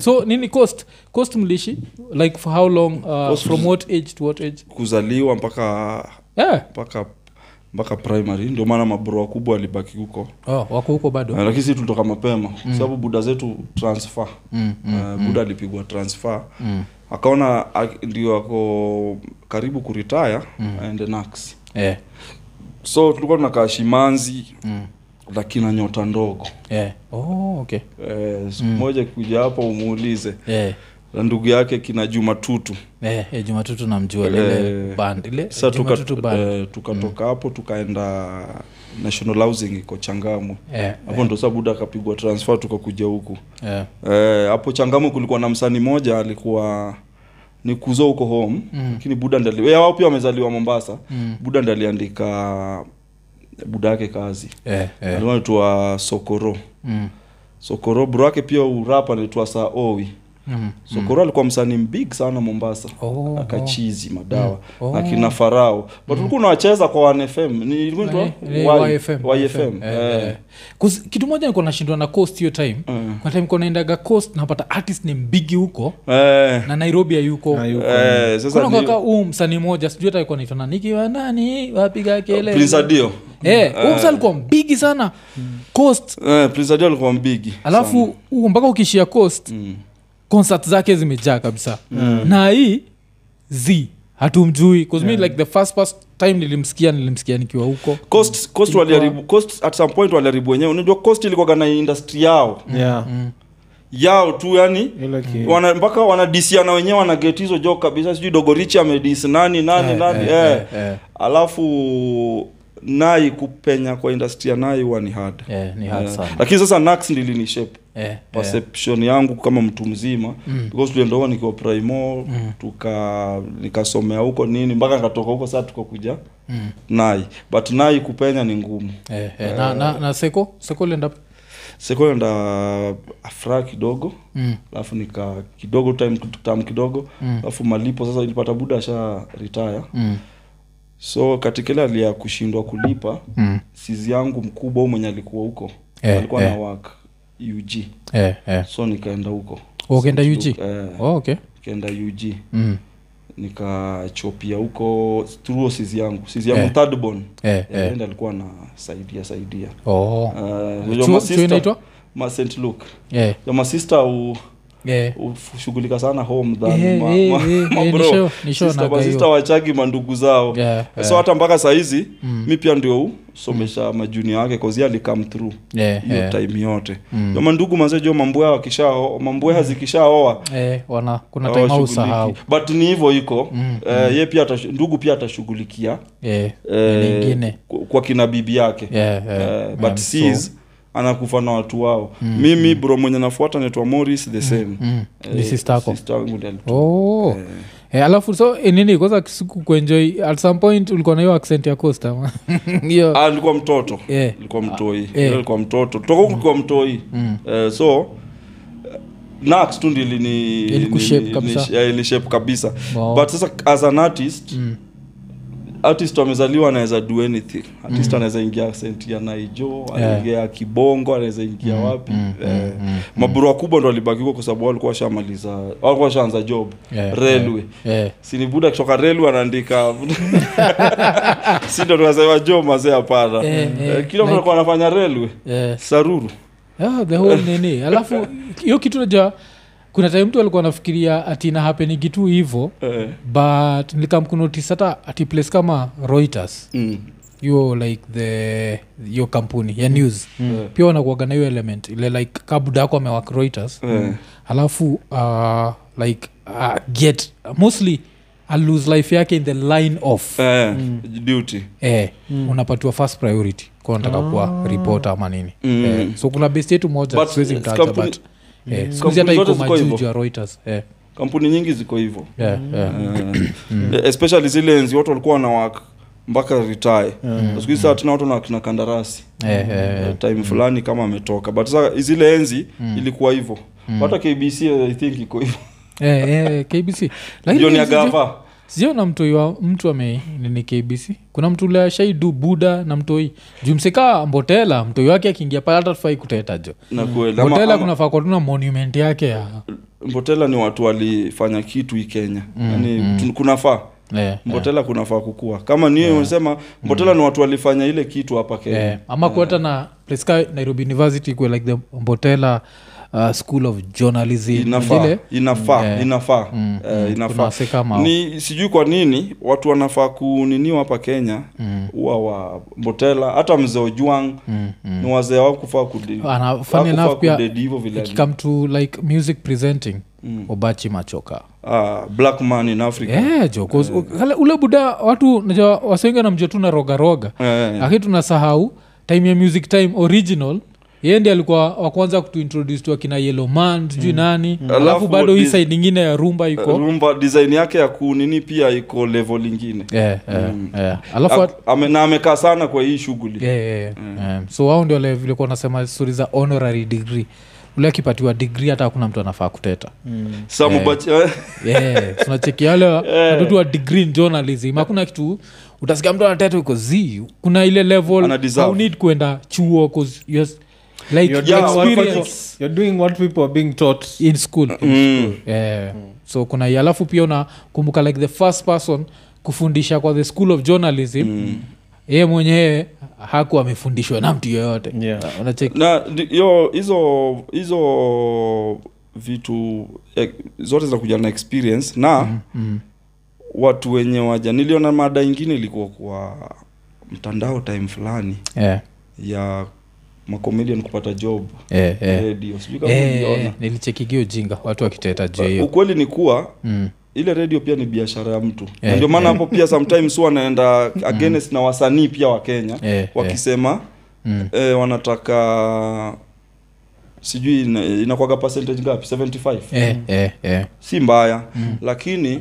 so nini cost cost mlishi like for how long uh, Coast from is- what age to what age kuzaliwa mpaka yeah. mpaka mpaka primary ndio maana mabro wakubwa alibaki huko oh, wako huko bado Eh, lakini sisi tulitoka mapema mm. sababu buda zetu transfer mm, mm, uh, buda alipigwa transfer mm. akaona ak- ndio ako karibu kuritaya mm. aende nax yeah. so tulikuwa tunakaa shimanzi mm. lakini na nyota ndogo Yeah. Oh, okay eh, siku moja kuja hapa umuulize yeah. na ndugu yake kina jumatutu Yeah, yeah, jumatutu namjua Eh, lile band ile sa tuka, jumatutu band eh, tukatoka hapo tukaenda national housing iko changamwe yeah. hapo ndo sa buda akapigwa transfer tukakuja huku Yeah. Eh, hapo changamu kulikuwa na msanii moja alikuwa ni kuzo huko home mm. lakini buda ndi ali- eh, wao pia wamezaliwa mombasa mm. buda ndi aliandika eh, buda yake kazi Yeah, yeah. alikuwa anaitwa sokoro Mm. sokoro bro yake pia urapa anaitwa saowi Mm. sokoro alikuwa msanii big sana mombasa Oh, akachizi madawa Mm. Oh. na kina farao but ulikuwa unawacheza kwa 1fm ni ilikuwa inaitwa? Y- YFM, eh. Cause kitu moja nikuwa nashindwa na coast hiyo time Mm. kuna time kuwa naendaga coast napata artist name bigi huko Eh, na nairobi ayuko Na yuko- eh, sasa ni- kaka huu msanii moja sijui hata alikuwa naitwa nani, nikiwa nani wapiga kelele Prince Ah. Adio. Eh, huyu msanii alikuwa mbigi sana coast Eh, Prince Adio alikuwa mbigi alafu huku mpaka ukishia coast Mm. concert zake zimejaa kabisa na hii z hatumjui 'Cause mi like the first past time nilimsikia nilimsikia nikiwa huko coast coast waliharibu coast at some point waliharibu wenyewe unajua coast ilikuwaga na industry yao Yeah. Mm. yao tu yani Ile Eh. ki- wana, mpaka wanadisiana wenyewe wanageti hizo jo kabisa sijui dogorichi amedis nani nani Eh, nani eh, eh, eh, eh. alafu nai kupenya kwa industry ya nai huwa ni hard Eh, ni hard Eh, sana lakini sasa nax ndilini shape Eh, eh. perception yangu kama mtu mzima mm. because tuliendoa nikiwa primo mm. tuka nikasomea huko nini mpaka nikatoka huko saa tukakuja mm. nai but nai kupenya ni ngumu Eh, eh, na, na, na seko seko lenda sekonda afra kidogo mm. alafu nika kidogo time tam kidogo alafu malipo sasa ilipata buda asha retire mm. so katika ile hali ya kushindwa kulipa mm. sizi yangu mkubwa au mwenye alikuwa huko Eh, alikuwa eh. na work ug eh, eh. so nikaenda huko ukaenda So, UG? eh, Oh, okay nikaenda ug mm. nikachopia huko through sizi yangu sizi yangu Eh. third born eh, Eh, eh. ndiye alikuwa anasaidia saidia Oh. Uh, Chuo- unajua chuo masister- inaitwa? ma St. Luke Eh, ya masista u eh. hushughulika sana home than Eh, ma- eh, ma- eh, ma- eh, bro. nisho- nisho Sister- naga masista hiyo. wachagi mandugu zao Yeah, Mm. so hata mpaka sahizi mi pia ndio usomesha majunia wake kazi alikam through eh, hiyo eh, time yote mm. mandugu mazee jo mambuea wakishao mambuea Mm. zikishaoa eh, wana Oh, kuna time au sahau hawashughuliki. but ni hivyo iko mm, ye pia atash- ndugu pia atashughulikia eh, eh, nyingine kwa- kwa kina bibi yake yeah, yeah, Eh, yeah, so- but seas anakufa na watu wao mimi bro mwenye nafuata naitwa moris the same Eh, mm. Ni sister yako. sister yangu ndiye alitu- oh. Eh, alafu so eh, nini kwanza kisiku kuenjoy at some point ulikuwa na hiyo accent ya costa ama? hiyo Ah, nilikuwa mtoto Eh. nilikuwa mtoi eh. Mm. nilikuwa mtoto toka huku nilikuwa mtoi Eh, so eh, Nat tu ndili ni Ilikushape ni- ni- kabisa. Oh. eh, ilishape kabisa Wow. Mm. but sasa as an artist artist amezaliwa anaweza do anything artist Mm. anaweza ingia senti ya naijo anaingia ya kibongo anaweza Mm. ingia wapi eh, maburu wakubwa ndo alibaki huko kwa sababu walikuwa washamaliza walikuwa washaanza job Yeah, railway eh, sinibuda kutoka relu anaandika sindo tunasema jo mazee hapana Eh, eh, Eh, kila mtu like- alikuwa anafanya relwe eh. saruru Ah, the whole nini alafu hiyo kitu najua kuna time mtu alikuwa anafikiria ati inahapenigi tu hivo Eh, but nilikamkunotis hata ati place kama reuters mm. hiyo like the hiyo kampuni ya news mm. pia wanakuaga na hiyo element ile like kabuda ako amewak reuters Eh. alafu uh, like uh, get mostly alose life yake in the line of Eh, Mm. duty eh, Mm. Mm. unapatiwa first priority kwa nataka kuwa ripota ama nini Ah. Mm. eh, so kuna best yetu moja But, siwezi eh, mtaja kampuni- but eh, siku hizi hata Kampuni Mm. iko zote ziko majuju hivyo. ya reuters eh, kampuni nyingi ziko hivyo yeah, yeah. Eh, especially zile enzi watu walikuwa wanawak mpaka ritae sikuhizi saa tuna watu na kina kandarasi Eh, eh, Mm. eh. time fulani kama ametoka but sasa zile enzi ilikuwa hivyo hata kbc i think iko hivyo Mm. Eh, eh, kbc ndio ni sijui- agava sijaona mtoi wa mtu ame nini kbc kuna mtu ule ashaidu buda na mtoi jumsika mbotela mtoi wake akiingia pale hata tufai kutetajo na kweli Ama- Mm. mbotela ama- kunafaa kuwa tuna monument yake ya mbotela ni watu walifanya kitu ikenya mm, yani mm. kunafaa yeah, yeah. mbotela kunafaa kukua kama niyo Eh. Mm. unasema mbotela ni watu walifanya ile kitu hapa kenya yeah. eh. ama kuata na place ka nairobi university kuwe like the mbotela uh, school of journalism inafaa Ile- inafaa Mm, yeah. inafaa Eh, kuna inafaa wase kama hao. ni sijui kwa nini watu wanafaa kuniniwa hapa kenya Mm, huwa wa mbotela hata mzee ojuang mm. ni wazee wakufaa Ana- funny enough pia kudedi hivo vile Mm. ikikam to like music presenting obachi machoka Ah, black man in africa yeah, jo 'cause Eh. u- kale- ule buda watu najua wasengi namjua tu na rogaroga Eh, lakini tunasahau time ya music time original yeye ndi alikuwa wa kwanza kutuintroduce tu akina yeloman sijui nani alafu Mm. Alafu bado hii dis- side ingine ya rumba iko rumba design yake ya kunini pia iko level ingine yeah, yeah, yeah. Eh, alafu Mm. Ak- Mm. ame- na amekaa sana kwa hii shughuli yeah, yeah, yeah. Um, so wao ndio wale vilikuwa nasema stori za honorary degree ule akipatiwa digri hata hakuna mtu anafaa kuteta Eh. samubachi yeah. tunacheki wale wa- watoto wa degree in journalism hakuna kitu utasikia mtu anateta uko z kuna ile level Ana deserve. you need kuenda chuo 'cause you're- like You're your doing what experience you're doing what people are being taught in school Mm. yeah. so kuna hii. alafu pia unakumbuka like the first person kufundisha kwa the school of journalism mm. yeye mwenyewe haku amefundishwa na mtu yoyote Yeah. unacheki na ndi- hiyo hizo hizo vitu eh, zote zinakuja na experience na mm. watu wenye waja niliona mada ingine ilikuwa kwa mtandao time fulani yeah. ya macomedian kupata job yeah. yeah. radio sijui kama yeah. uliona. yeah. nilichekigio ujinga watu wakiteta juu ya Eh. hiyo ukweli ni kuwa mm. ile radio pia ni biashara ya mtu Na Eh, Mm. ndio maana hapo pia sometimes huwa anaenda against na wasanii pia wa kenya Eh, wakisema Mm. eh, wanataka sijui ina- inakwaga percentage ngapi 75 yeah. yeah. yeah. si mbaya lakini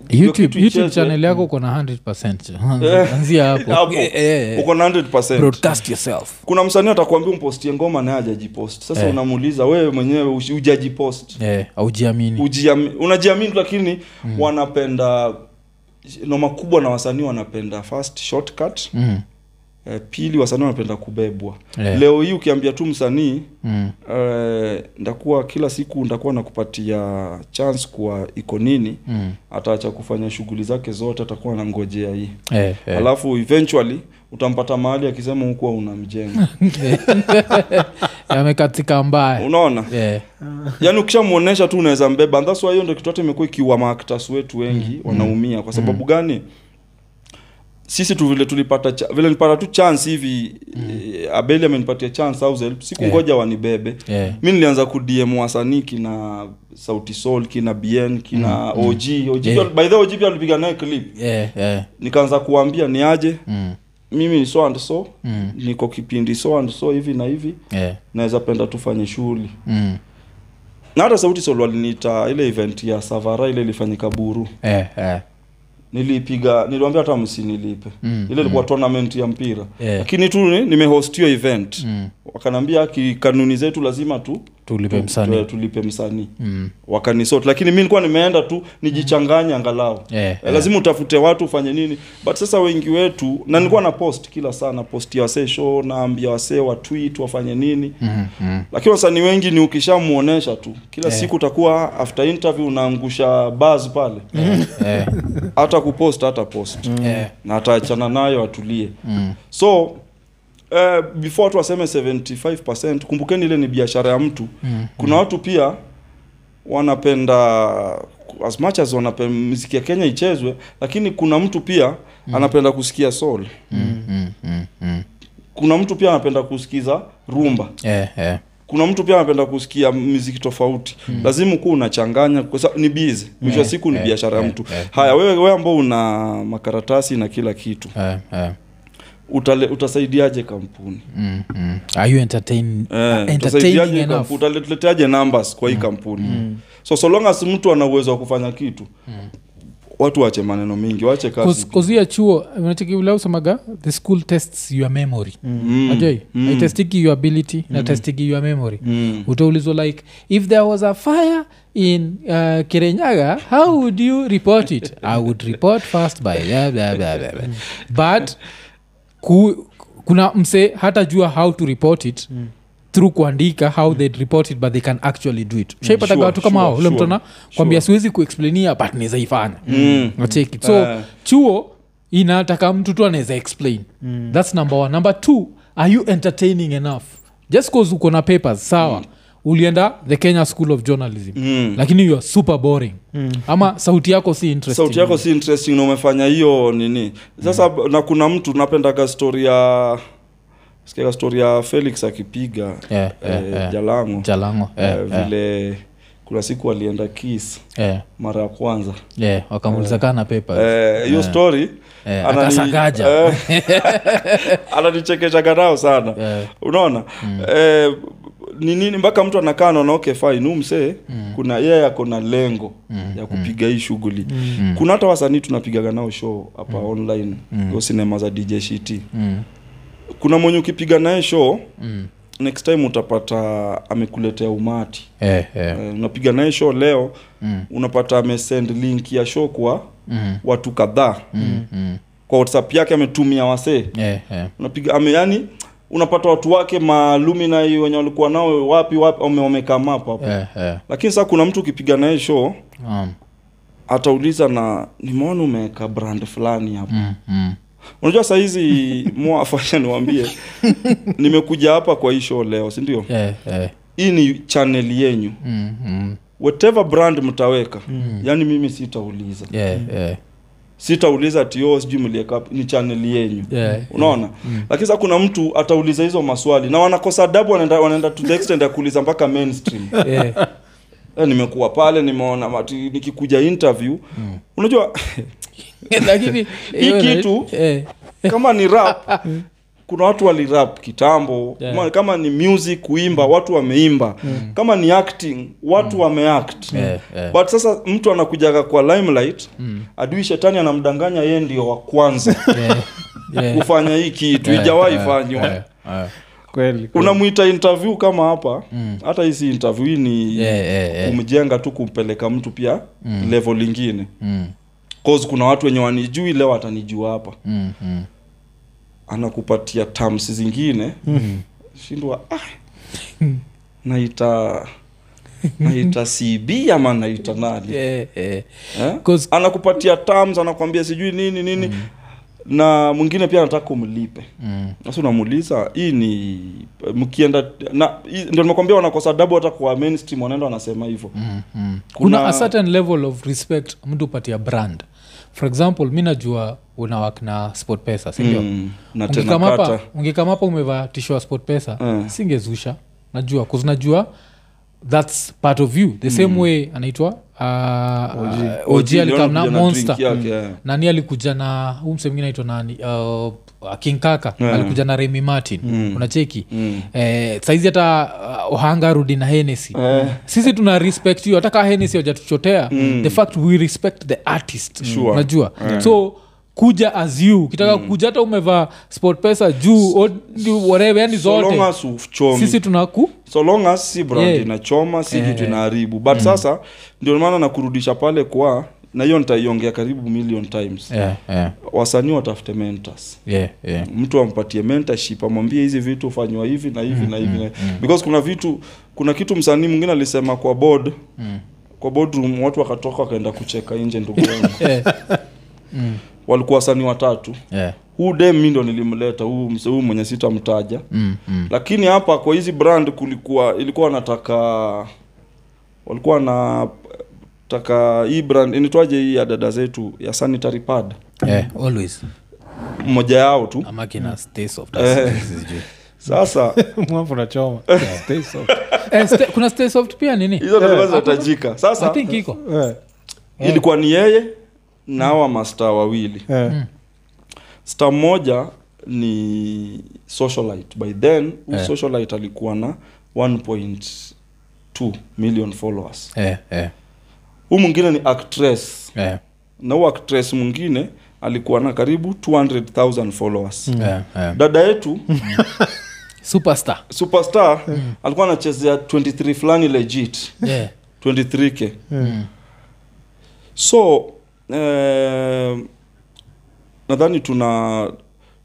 Mm. youtube, kitu YouTube icheze. channel yako uko na 100 anzia hapo hapo Eh, eh, eh. uko na 100 broadcast yourself kuna msanii atakwambia umpostie ngoma naye ajajipost sasa Eh. unamuuliza wewe mwenyewe ushi- hujajipost Eh, aujiamini Ujiami- unajiamini lakini wanapenda noma kubwa na wasanii wanapenda first shortcut mm. eh, pili wasanii wanapenda kubebwa Yeah. leo hii ukiambia tu msanii Mm. eh, ndakuwa kila siku ndakuwa nakupatia chance kuwa iko nini Mm. ataacha kufanya shughuli zake zote atakuwa nangojea hii Eh, eh. alafu eventually utampata mahali akisema hukuwa unamjenga yamekatika mbaya unaona Eh, yaani ukishamuonesha tu unaweza mbeba And that's why hiyo ndio kitu hata imekuwa ikiwa maaktas wetu wengi wanaumia kwa sababu gani sisi tu vile tulipata cha, vile nilipata tu chance hivi eh, abeli amenipatia chance au help sikungoja wanibebe eh. mi nilianza kudm wasanii kina sauti sol kina bn kina og og Yeah. yeah. by the way, og pia alipiga naye clip Eh, eh. nikaanza kuambia ni aje Mm. mimi ni so and so Mm. niko kipindi so and so hivi na hivi Eh. naweza penda tufanye shughuli Mm. na hata sauti sol waliniita ile event ya savara ile ilifanyika buru Eh, eh. nilipiga niliwambia hata msinilipe Mm, ile ilikuwa tournament ya mpira Yeah. lakini tu ni- nimehost hiyo event Mm. wakanaambia ki- kanuni zetu lazima tu tulipe tu- msanii tulipe msanii Mm. wakanisot lakini mi nilikuwa nimeenda tu nijichanganye angalau Eh, Eh, lazima utafute watu ufanye nini but sasa wengi wetu na nilikuwa na post kila saa na post ya wasee show naambia wasee watwit wafanye nini Mm, mm. lakini wasanii wengi ni ukishamuonesha tu kila siku utakuwa after interview unaangusha buzz pale Eh, hata kupost hata post eh. na ataachana nayo atulie Mm. so uh, before tu waseme 75 kumbukeni ile ni biashara ya mtu Mm. kuna watu pia wanapenda as much as wanapenda muziki ya kenya ichezwe lakini kuna mtu pia anapenda kusikia soul Mm, mm, mm, mm. kuna mtu pia anapenda kusikiza rumba Eh, eh. kuna mtu pia anapenda kusikia miziki tofauti mm. lazima kuwa unachanganya kwa sababu ni bizi mwisho wa siku ni Hmm. eh, biashara ya eh, mtu eh. haya wewe, wewe ambao una makaratasi na kila kitu Eh, eh. utale, utasaidiaje kampuni Mm, mm. Are you entertain- uh, Eh, entertaining utasaidiaje enough? kampu- utaleteaje numbers kwa hii Hmm. kampuni so so long as mtu ana uwezo wa kufanya kitu Hmm. watu wache maneno mingi wache kazi kozia chuo unachekiulausemaga the school tests your memory Mm. ajai Mm. itestiki your ability na testiki your memory Mm. utaulizwa like if there was a fire in uh, kirenyaga how would you report it i would report fast by blah, blah, blah, blah, blah. but ku, kuna mse hata jua how to report it mm. through kuandika how mm. they'd report it but they can actually do it shaipataga Sure, watu kama sure, hao ule sure, mtona kwambia siwezi kuexplainia but nizaifanya Mm. nacheki so Ah. chuo inataka mtu tu anaweza explain mm. thats number one number two are you entertaining enough just cause uko na papers sawa mm ulienda the kenya school of journalism Mm. lakini you are super boring mm. ama sauti yako si interesting sauti yako si interesting na umefanya hiyo nini sasa mm. na kuna mtu napendaga story ya sikiaga story ya felix akipiga Yeah, yeah, eh, yeah. jalango jalango eh, eh, eh, vile kuna siku alienda kis eh, mara ya kwanza eh, wakamulisakana papers Eh, hiyo story Eh, anani- akasagaja. eh, ananichekeshaga nao sana Eh. unaona eh, ni nini mpaka mtu anakaa naona okay fine huu msee kuna yeye ako na lengo ya kupiga hii shughuli Mm. kuna hata wasanii tunapigaga nao show hapa online hiyo sinema za dj shiti Mm. kuna mwenye ukipiga naye show Mm. next time utapata amekuletea umati Eh, eh, Eh, unapiga naye show leo Mm. unapata amesend link ya show kwa mm, watu kadhaa mm, mm. kwa whatsapp yake ametumia wasee Eh, eh. unapiga ame, yani unapata watu wake maaluminai wenye walikuwa nao wapi wapi ame- wamekaa map hapo Eh, eh. lakini sasa kuna mtu ukipiga naye show Um, atauliza na nimeona umeweka brand fulani hapo mm, mm. unajua saa hizi mwafasha niwambie nimekuja hapa kwa hii show leo si ndio Eh, eh. hii ni channel yenyu Mm, mm. whatever brand mtaweka mm. Hmm. yani mimi sitauliza Eh, eh. sitauliza tio sijui mlieka wapi, ni chaneli yenyu Yeah. unaona lakini sasa kuna mtu atauliza hizo maswali na wanakosa adabu wanaenda, wanaenda to the extent ya kuuliza mpaka mainstream Eh, Eh, nimekuwa pale nimeona mati- nikikuja interview unajua lakini Eh, Hii kitu- eh, kama ni rap kuna watu walirap kitambo Yeah. Mm. Kama- kama ni music kuimba watu wameimba kama ni acting watu wameact Yeah, yeah. Mm. but sasa mtu anakujaga kwa limelight adui shetani anamdanganya yeye ndio wa kwanza eh, eh, kufanya hii kitu eh, ijawahi eh, fanywa eh, eh. kweli unamwita interview kama hapa Mm. hata hii si interview hii ni Eh, eh, eh. kumjenga tu kumpeleka mtu pia level ingine Mm, cause kuna watu wenye wanijui leo atanijua hapa mm, mm. anakupatia terms zingine Mhm. shindwa ah, naita naita cb ama naita nani Eh, eh. eh? 'Cause- anakupatia terms anakwambia sijui nini nini Mhm. na mwingine pia anataka umlipe Mm. sasa unamuuliza hii ni mkienda na hii- ndio nimekwambia wanakosa adabu hata kwa mainstream wanaenda wanasema hivyo Mm, mm. Kuna- kuna a certain level of respect mtu patia brand for example mi najua unawak na sport pesa sindio Mm, na tena ungekamapa kata ungekamapa umevaa tisho ya sport pesa Eh. singezusha najua kuzinajua thats part of you the Mm. same way anaitwa uh, og Ojili, alikam na anakuja na monster Mm. drink yake, yeah. nani alikuja na huu mse mwingine aitwa nani uh, kinkaka Yeah. alikuja na remi martin mm. unacheki Eh. Mm. eh, saizi hata uh, ohanga rudi na henesi Eh, sisi tuna respect hiyo hata kaa henesi hajatuchotea the fact we respect the artist Mm. Sure. Mm. unajua so kuja as you ukitaka kuja hata umevaa sport pesa juu od- whatever yani so long zote as um, uchomi sisi tunaku so long as si brand Yeah. Eh. Mm. inachoma si kitu inaharibu but sasa ndio maana nakurudisha pale kwa na hiyo nitaiongea karibu million times yeah, yeah, wasanii watafute mentors yeah, yeah. mtu ampatie mentorship amwambie hizi vitu fanywa hivi na Mm, hivi na hivi na- because kuna vitu kuna kitu msanii mwingine alisema kwa board Mm. kwa boardroom watu wakatoka wakaenda kucheka nje ndugu yangu Eh, Mm. walikuwa wasanii watatu yeah. huu dem mi ndo nilimleta huu mse- huyu mwenye sitamtaja Mm, mm. lakini hapa kwa hizi brand kulikuwa ilikuwa nataka walikuwa na taka hii brand inaitwaje hii ya dada zetu ya sanitary pad Yeah, always mmoja yao tu a makina stay soft Eh. sasa mwafu nachoma Stay soft. eh, sta- kuna stay soft pia nini hizo ndio zinahitajika i sasa think iko Eh, ilikuwa ni yeye na hawa masta wawili eh. Mm. sta mmoja ni socialite by then huu Eh. socialite alikuwa na 1.2 million followers eh, eh, huu mwingine ni actress eh, na huu actress mwingine alikuwa na karibu 200000 followers eh, eh. dada yetu superstar superstar alikuwa anachezea 23 fulani legit yeah. 23k mm. so eh, nadhani tuna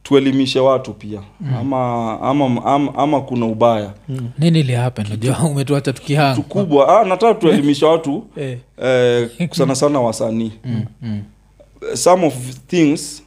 tuelimishe watu pia mm. ama, ama, ama, ama kuna ubaya nini liapen najua umetuacha tukihanga tukubwa ah, nataka tuelimishe watu Eh, eh, sana sana wasanii mm, mm, some of things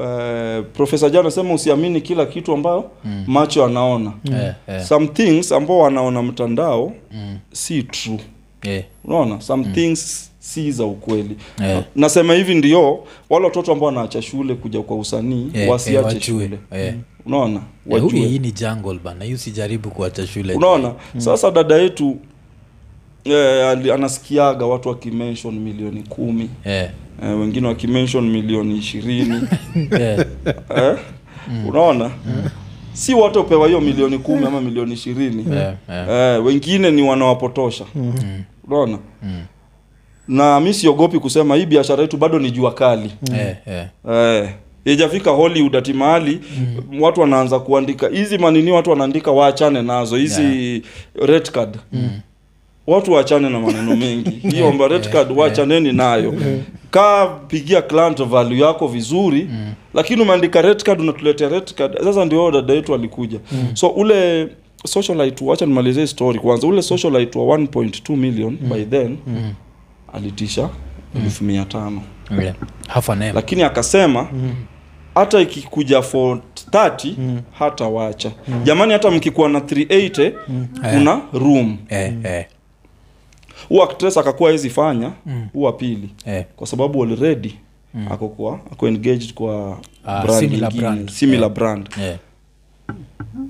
eh, profesa jo anasema usiamini kila kitu ambayo mm. macho anaona eh, eh, some things ambao wanaona mtandao mm, si true eh, unaona some things si za ukweli eh, nasema hivi ndio wale watoto ambao wanaacha shule kuja kwa usanii eh, eh, wasiache wajue, shule eh. unaona Eh, huyu- wajue hii ni jungle bana hii usijaribu kuacha shule unaona sasa dada yetu eh, ali- anasikiaga watu wakimenshon milioni kumi Eh, eh, wengine wakimenshon milioni ishirini eh, eh? unaona si wote upewa hiyo milioni kumi ama milioni ishirini eh, eh, eh, wengine ni wanawapotosha unaona na mi siogopi kusema hii biashara yetu bado ni jua kali eh, eh, eh, ijafika hollywood ati mahali mm. watu wanaanza kuandika hizi manini watu wanaandika waachane nazo hizi red card mm. watu waachane na maneno mengi hiyo mba red card waachaneni nayo kaa pigia client value yako vizuri mm. lakini umeandika red card unatuletea red card sasa ndio dada yetu alikuja mm. so ule socialite wacha nimalizie story kwanza ule socialite wa 1.2 million mm. by then mm. alitisha Mm. elfu mia tano eh. Half a name. lakini akasema Mm. hata ikikuja for 30 hata wacha jamani hata mkikuwa na 380 kuna room Mm. Eh, eh, huwa actress akakuwa hezi fanya huwa pili eh, kwa sababu already ako kwa ako engaged kwa Mm. Ah, brand similar nyingine, brand. similar brand eh,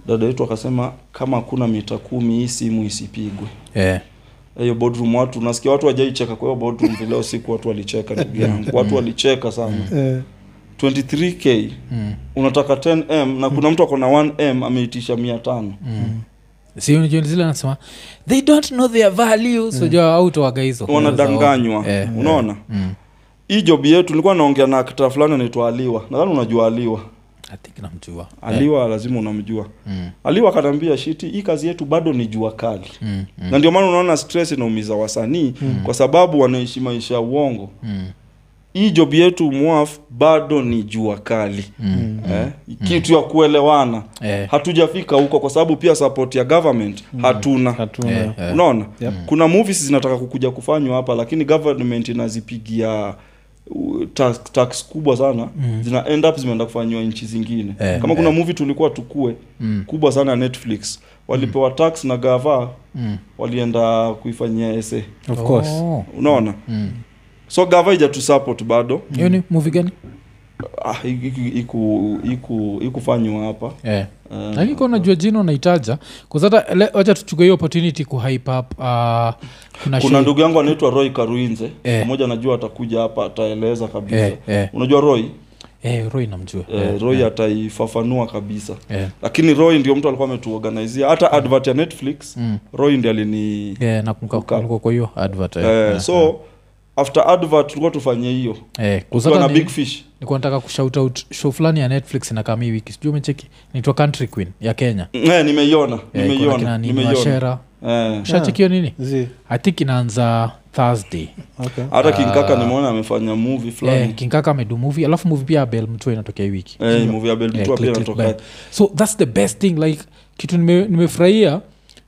dada yetu akasema kama hakuna mita kumi hii simu isipigwe eh, hiyo boardroom watu nasikia watu wajaicheka kwa hiyo boardroom vile usiku watu walicheka ndugu yangu watu walicheka sana Eh, 23k mm. unataka 10m na kuna mtu akona 1m ameitisha mia tano mm. Si unajua zile anasema they don't know their value sojua autowaga hizo wanadanganywa Eh, unaona Mm. hii job yetu nilikuwa naongea na akta fulani anaitwa aliwa nadhani unajua aliwa I think namjua Eh, aliwa lazima unamjua Mm, aliwa akanaambia shiti hii kazi yetu bado ni jua kali mm, mm, na ndio maana unaona stress inaumiza wasanii kwa sababu wanaishi maisha ya uongo mm, hii job yetu mwaf bado ni jua kali mm. eh? kitu ya kuelewana Eh, hatujafika huko kwa sababu pia support ya government hatuna hatuna. eh, Mm-hmm. eh. unaona Mm. Yep. kuna movies zinataka kukuja kufanywa hapa lakini government inazipigia uh, tax, tax kubwa sana mm. zina end up zimeenda kufanywa nchi zingine Eh, kama kuna movie tulikuwa tukue Mm. kubwa sana ya netflix walipewa tax na gava Mm. walienda kuifanyia ese Of course. Oh. unaona Mm. so gava ijatusupport bado hiyo ni movie gani ah, iku- iku- iku- ikufanywa hapa eh. Eh, lakini ka unajua jina unaitaja kuzata wacha tuchukue hiyo opportunity kuhype up uh, kuna, kuna show- ndugu yangu anaitwa roy karuinze Eh. mmoja najua atakuja hapa ataeleza kabisa eh, eh, unajua roy eh, roy namjua eh, roy ataifafanua kabisa eh, lakini roy ndio mtu alikuwa ametuorganizia hata advert ya netflix mm. roy ndi alini eh, nakumbuka Kuka. kulikuwa kwa hiyo advert eh. eh, so after advert tulikuwa tufanye hiyo eh, Tulikuwa kuzata na ni- big fish nilikuwa nataka kushout out show fulani ya netflix inakami wiki sijui umecheki naitwa country queen ya kenya eh, nimeiona Eh, kuna kina nimeiona nini nimeiona washera eh. shachekio nini Zi, i think inaanza thursday okay. hata kinkaka Ah. nimeona amefanya movie eh, fulani kinkaka amedu movie alafu movie pia ya bel mtua inatokea hii wiki eh, movie ya Bell Eh, Mtua pia click, click, inatoka bye. so thats the best thing like kitu nime- nimefurahia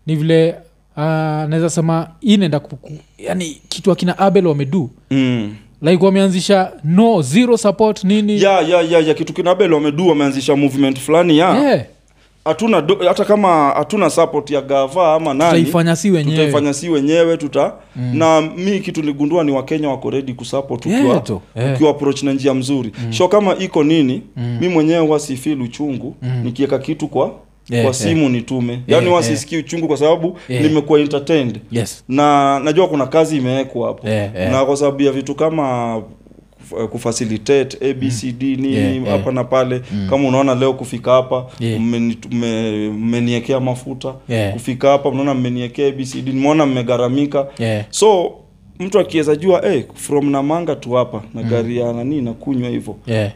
ni vile uh, naweza sema hii inaenda ku- ku- yani kitu akina abel wamedu mm. like wameanzisha no zero support nini ya ya ya ya kitu kinabel wamedu wameanzisha movement fulani ya Yeah, hatuna do- hata kama hatuna support ya gava ama nani tutaifanya si wenyewe tutaifanya si wenyewe tuta mm. na mi kitu nigundua ni wakenya wako redi kusupport Yeah, ukiwa tu. Yeah. ukiwa approach na njia mzuri mm. sho kama iko nini mm. mi mwenyewe wasifil uchungu mm. nikiweka kitu kwa Yeah, kwa simu nitume yaani yeah. wasisikii uchungu kwa sababu Yeah. nimekuwa entertained yes na najua kuna kazi imewekwa hapo Yeah, yeah. na kwa sababu ya vitu kama kuf- kufacilitate abcd mm. nini Yeah, yeah. hapa na pale kama unaona leo kufika hapa Yeah. mmeni- mme- mmeniekea mafuta Yeah. kufika hapa mnaona mmeniekea abcd nimeona mmegharamika yeah. so mtu akiweza jua hey, from namanga tu hapa Mm. na gari ya nani nakunywa hivyo Yeah.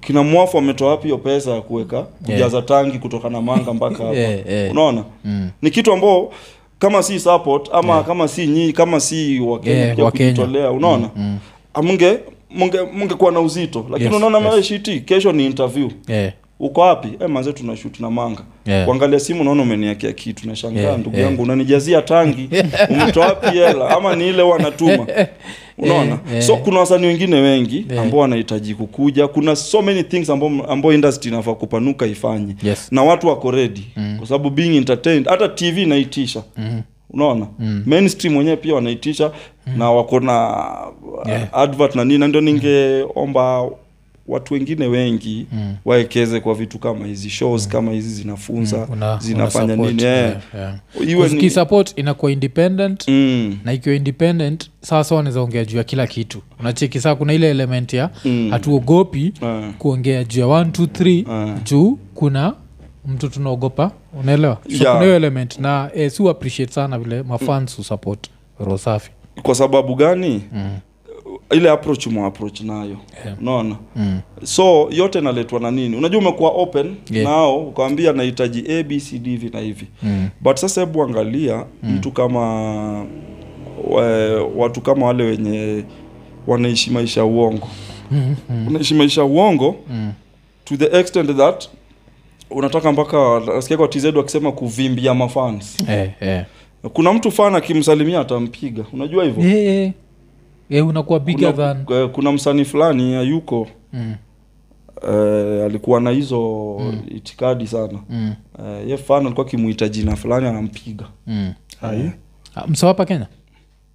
kina mwafu ametoa wapi hiyo pesa ya kuweka kujaza tangi kutoka namanga mpaka hapa Yeah, yeah. unaona Mm. ni kitu ambao kama si support ama kama si nyii kama si wakenya Yeah, kuja Wakenya. kujitolea unaona mm. Amunge- munge mungekuwa na uzito lakini Yes, unaona yes. yes. shiti kesho ni interview Yeah. uko wapi eh, manze tunashut na manga Yeah. kuangalia simu naona umeniekea kitu nashangaa Yeah, ndugu yeah. yangu unanijazia tangi umetoa wapi hela ama ni ile wanatuma unaona yeah. so kuna wasanii wengine wengi ambao wanahitaji kukuja kuna so many things ambao, ambao industry inafaa kupanuka ifanye Yes. na watu wako ready mm. kwa sababu being entertained hata tv inaitisha Mm-hmm. mm unaona mm. mainstream wenyewe pia wanaitisha mm. na wako na Yeah. yeah. advert na nini na ndio ningeomba watu wengine wengi mm. waekeze kwa vitu kama hizi shows mm. kama hizi zinafunza Mm. Una- zinafanya una nini support, yeah. yeah, yeah. iwe Because ni kisupport inakuwa independent mm. na ikiwa independent sasa wanaweza ongea juu ya kila kitu unacheki saa kuna ile element ya mm. hatuogopi Ah. kuongea juu ya 123 Ah. juu kuna mtu tunaogopa unaelewa so Yeah. kuna hiyo element na eh, si appreciate sana vile mafans husupport roho safi kwa sababu gani mm. ile approach mwa approach nayo Yeah. unaona mm. so yote naletwa na nini unajua umekuwa open Yeah. nao ukawambia nahitaji abcd hivi na hivi mm. but sasa hebu angalia mm. mtu kama we, watu kama wale wenye wanaishi maisha ya uongo mm. unaishi maisha ya uongo mm. to the extent that unataka mpaka nasikia kwa tz wakisema kuvimbia mafans eh, eh. kuna mtu fan akimsalimia atampiga unajua hivyo Eh, eh. Eh, unakuwa bigger kuna, than eh, kuna msanii fulani ayuko Mm. eh, alikuwa na hizo Hmm. itikadi sana Mm, eh, ye fan alikuwa akimuita jina fulani anampiga mm. Hai, Ah, msa hapa kenya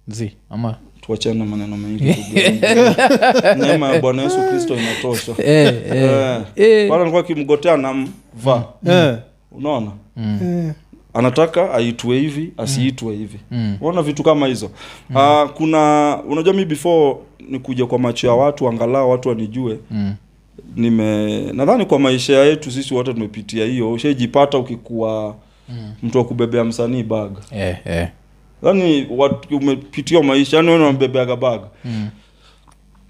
zi ama tuachane na maneno mengi ndugu yangu. neema ya bwana yesu kristo inatosha eh, eh. Eh, Eh. pale alikuwa akimgotea namva unaona anataka aitwe hivi asiitwe hivi Mm. unaona vitu kama hizo mm. uh, kuna unajua mi before nikuja kwa macho ya watu angalau watu wanijue Mm. nime nadhani kwa maisha yetu sisi wote tumepitia hiyo ushajipata ukikuwa mm. mtu wa kubebea msanii bag Eh, eh. yani umepitia hiyo maisha yani wewe unambebeaga bag Mm.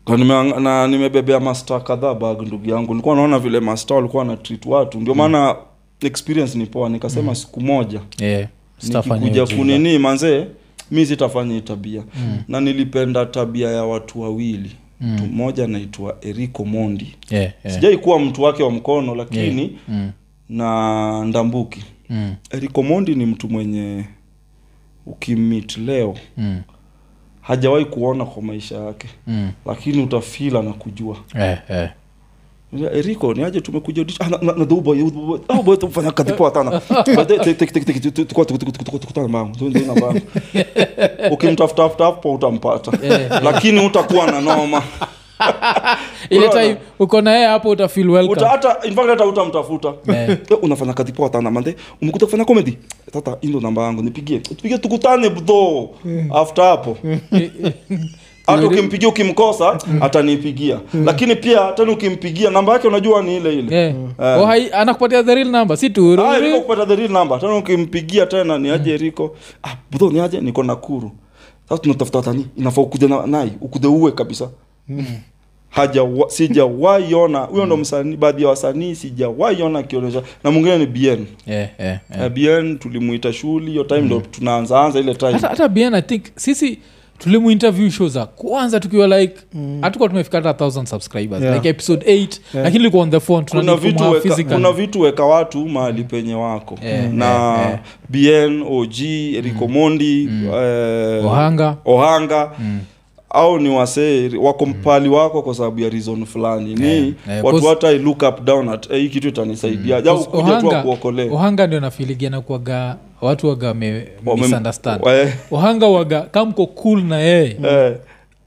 na nime- na nimebebea masta kadhaa bag ndugu yangu nilikuwa naona vile masta walikuwa na treat watu ndio maana experience ni poa nikasema siku moja Eh, sitafanya hiyo nikikuja juu. kunini manzee mi sitafanya hii tabia na nilipenda tabia ya watu wawili Hmm. Mm. mtu mmoja anaitwa eriko mondi Eh, eh. sijai kuwa mtu wake wa mkono lakini Mm, na ndambuki mm, eriko mondi ni mtu mwenye ukimit leo mm, hajawahi kuona kwa maisha yake mm. lakini utafila na kujua Eh, eh. eriko ni aje tumekuja dish- ah, na- na- na the Uber, Uber, Uber. Ah, Uber, tumefanya kazi poa sana. But te- te- te- te- te- te- tukua- tuku- tuku- tuku- tukutana mbamu, tu- tu- na mbamu. ukimtafuta tafuta hapo utampata lakini utakuwa na noma ile Unaona? time uko naye hapo utafeel welcome Uta- hata in fact hata utamtafuta Eh. Eh, unafanya kazi poa sana mande umekuja kufanya comedy tata indo namba yangu nipigie tupigie tukutane bro after hapo Eh, hata ukimpigia ukimkosa atanipigia lakini pia tena ukimpigia namba yake unajua ni ile ile Eh. Oh, hai- anakupatia the real number si turu Ah, Eriko kupata the real number tena ukimpigia tena ni aje Eriko ah, budho ni aje niko Nakuru sasa tunatafuta watani inafaa ukuje na, nai ukuje uwe kabisa haja sijawahi ona huyo ndo msanii baadhi ya wasanii sijawahi ona akionyesha na mwingine ni BN Eh, eh, eh. yeah. BN tulimuita shuli hiyo time ndo tunaanzaanza ile time hata, hata bien i think sisi tulimu interview show za kwanza tukiwa like Hmm. hatukuwa tumefika hata 1000 subscribers Yeah. like episode 8 lakini ilikuwa on the phone kuna vitu, tunanikumwa weka, physical kuna vitu weka watu mahali penye wako Eh, na eh, eh. bn og eriko mondi eh, Ohanga. Mm. ohanga au ni wasee wako mpali wako kwa sababu ya reason fulani ni eh, watu cause- hata I look up down at "Eh, hii kitu itanisaidia mm. au Because kuja tu Ohanga- akuokolea ohanga ndio nafiligia na kuaga watu waga wame Wame- misunderstand Eh, ohanga waga kama mko cool na yeye eh,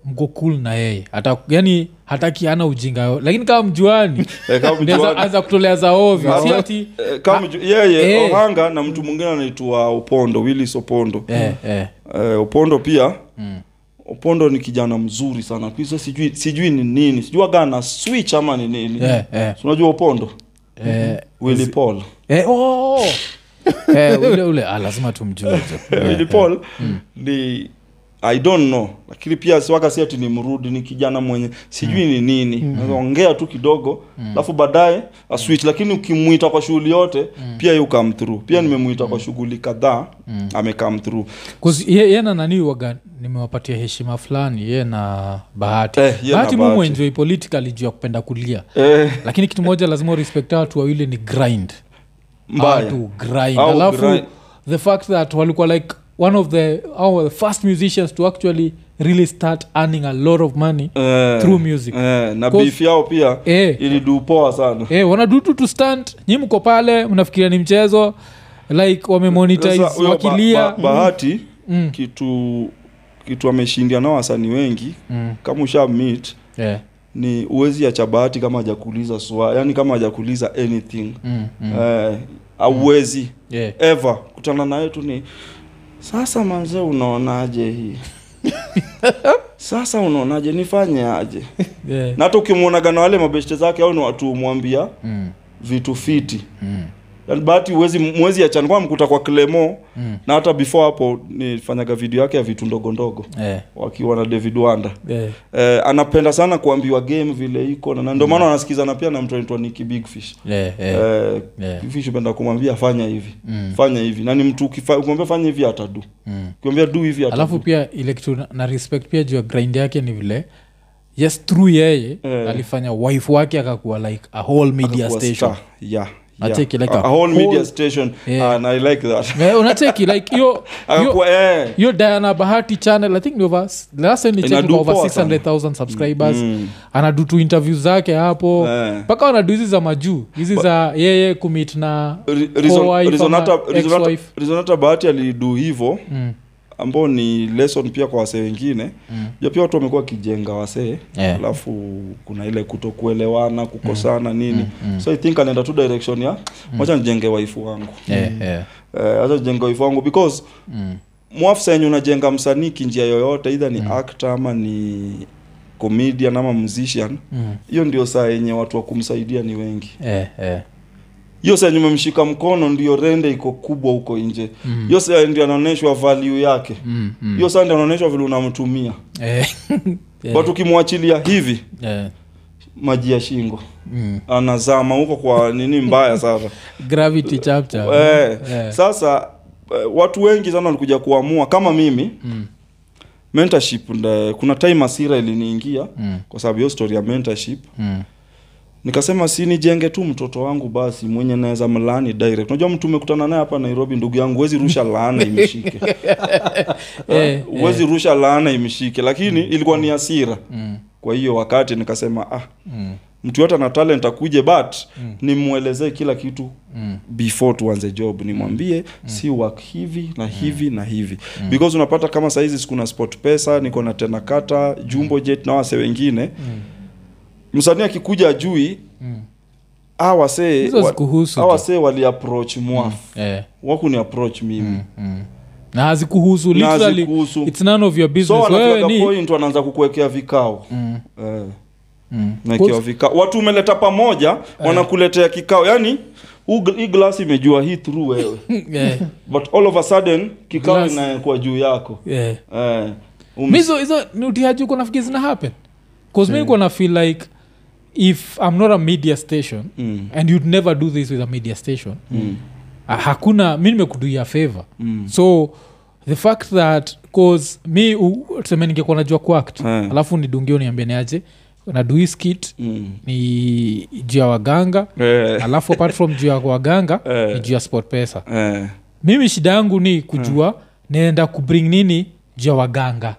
mko cool na yeye hata yani hataki ana ujinga yo- lakini kama mjuani eh, kama mjuani- anza kutolea za ovyo si ati eh, kama mju- yeye eh. ohanga na mtu mwingine anaitwa opondo willis opondo eh, eh, eh, opondo pia mm. opondo ni kijana mzuri sana kisa sijui sijui ni nini sijui aga na switch ama ni nini eh, eh, Si unajua opondo eh, willy paul eh, oh, oh. eh, ule ule ah, lazima tumjue jo. Mm. willy paul ni i don't know lakini pia siwaka si ati ni mrudi ni kijana mwenye sijui ni nini mm. ongea tu kidogo alafu baadaye a switch lakini ukimwita kwa shughuli yote pia yu come through pia nimemwita kwa shughuli kadhaa ame come through 'Cause ye, ye na nani waga nimewapatia heshima fulani ye na bahati Eh, ye na bahati Bahati. mumuenjoi politically juu ya kupenda kulia eh, lakini kitu moja lazima urespect hawa watu wawili ni grind mbaya Watu grind Au alafu grind. the fact that walikuwa like one of the au the first musicians to actually really start earning a lot of money eh, through music eh, na Cause- beef yao pia eh, ilidu poa sana eh, wanadutu to stand nyi mko pale mnafikiria ni mchezo like wamemonetize Sasa huyo ba- wakilia Mm, ba- bahati kitu kitu ameshindia nao wasanii wengi Mm. kama usha meet Yeah. ni uwezi acha bahati kama hajakuuliza swali yani kama hajakuuliza anything Mm, mm. eh, auwezi Yeah. ever kutana naye tu ni sasa manze unaonaje hii sasa unaonaje nifanye aje Yeah. na hata ukimwonaga na wale mabeshte zake au ni watu humwambia Mm, vitu fiti mm, Yaani bahati uwezi mwezi achana kwa mkuta kwa Clemo mm. na hata before hapo nifanyaga video yake ya vitu ndogo ndogo Yeah. wakiwa na David Wanda Yeah. eh, anapenda sana kuambiwa game vile iko na na ndio maana wanasikizana pia na mtu anaitwa Nicky Big Fish Yeah. Yeah. eh, Yeah. Big Fish hupenda kumwambia fanya hivi fanya hivi na ni mtu ukifa- ukimwambia fanya hivi atadu Mm. ukimwambia do hivi atadu alafu pia ile kitu na- na respect pia juu ya grind yake ni vile yes through yeye Eh. alifanya wife wake akakuwa like a whole media Akakuwa station star. yeah I yeah. take it like a, a a whole media whole- station Ah, Yeah. and I like that Eh, unacheki like hiyo hiyo- akakuwa eh hiyo diana bahati channel i think ni over last time ni Inadupoa over sana. 600000 subscribers Mm. anadu tu interview zake hapo Eh. mpaka wanadu hizi za majuu hizi za yeye kumit na Ri- co-wife Rizon- ama Rizonata- Rizonata ex-wife. Rizonata bahati alidu hivo Mm. ambao ni lesson pia kwa wasee wengine mm. pia watu wamekuwa wakijenga wasee Yeah. alafu kuna ile kutokuelewana kukosana mm. nini mm. so i think anaenda tu direction ya wacha nijenge waifu wangu Eh, eh. Eh, wacha nijenge waifu wangu because Mm. mwafsa yenye unajenga msanii kinjia yoyote idha ni mm. actor ama ni comedian ama musician Mm. hiyo ndio saa yenye watu wa kumsaidia ni wengi Eh, eh. hiyo saa yenye umemshika mkono ndio rende iko kubwa huko nje Mm. hiyo saa ndio anaonyeshwa value yake Mm, mm. hiyo saa ndio anaonyeshwa vile unamtumia Eh. Eh, but ukimwachilia hivi eh. maji ya shingo Mm. anazama huko kwa nini mbaya sasa gravity chapter eh, Eh. sasa eh, watu wengi sana walikuja kuamua kama mimi Mm. mentorship nda, kuna time asira iliniingia Mm. kwa sababu hiyo story ya mentorship Mm. nikasema si nijenge tu mtoto wangu basi mwenye naweza mlaani direct unajua mtu umekutana naye hapa nairobi ndugu yangu huwezi rusha laana imshike Eh, huwezi rusha laana imshike lakini ilikuwa ni asira Mm. kwa hiyo wakati nikasema ah Mm. mtu yote ana talent akuje but mm. nimwelezee kila kitu Mm. before tuanze job nimwambie mm. si work hivi na hivi na hivi mm. because unapata kama saizi kuna sport pesa niko na tena kata jumbo Mm. jet na wase wengine mm. msanii akikuja ajui Mm. awasee Hizo zikuhusu tu. awasee waliapproach mwaf mm. Eh. wakuni approach mimi Mm. na hazikuhusu Na literally, hazikuhusu. it's none of your so business wewe wanafika ni point wanaanza kukuwekea vikao Mm. eh. Mm. nakiwa Cause- vikao watu umeleta pamoja Eh. wanakuletea kikao yani huu gl- hii glasi imejua hii through wewe Eh, but all of a sudden kikao Glass. inakuwa juu yako eh. eh, um- Mi hizo- hizo ni utiaji uko nafikiri zina happen bcause Eh. mi niko na feel like if i'm not a media station Mm, and you'd never do this with a media station mm, ah, hakuna mi nimekuduia favor mm. so the fact that cause mi u- tuseme ningekuwa najua kuact Eh. alafu nidungio niambie niaje naduiskit Mm. ni juu ya waganga Eh, alafu apart from juu ya waganga Eh. ni juu ya sport pesa eh, mimi shida yangu ni kujua Hmm. naenda kubring nini juu ya waganga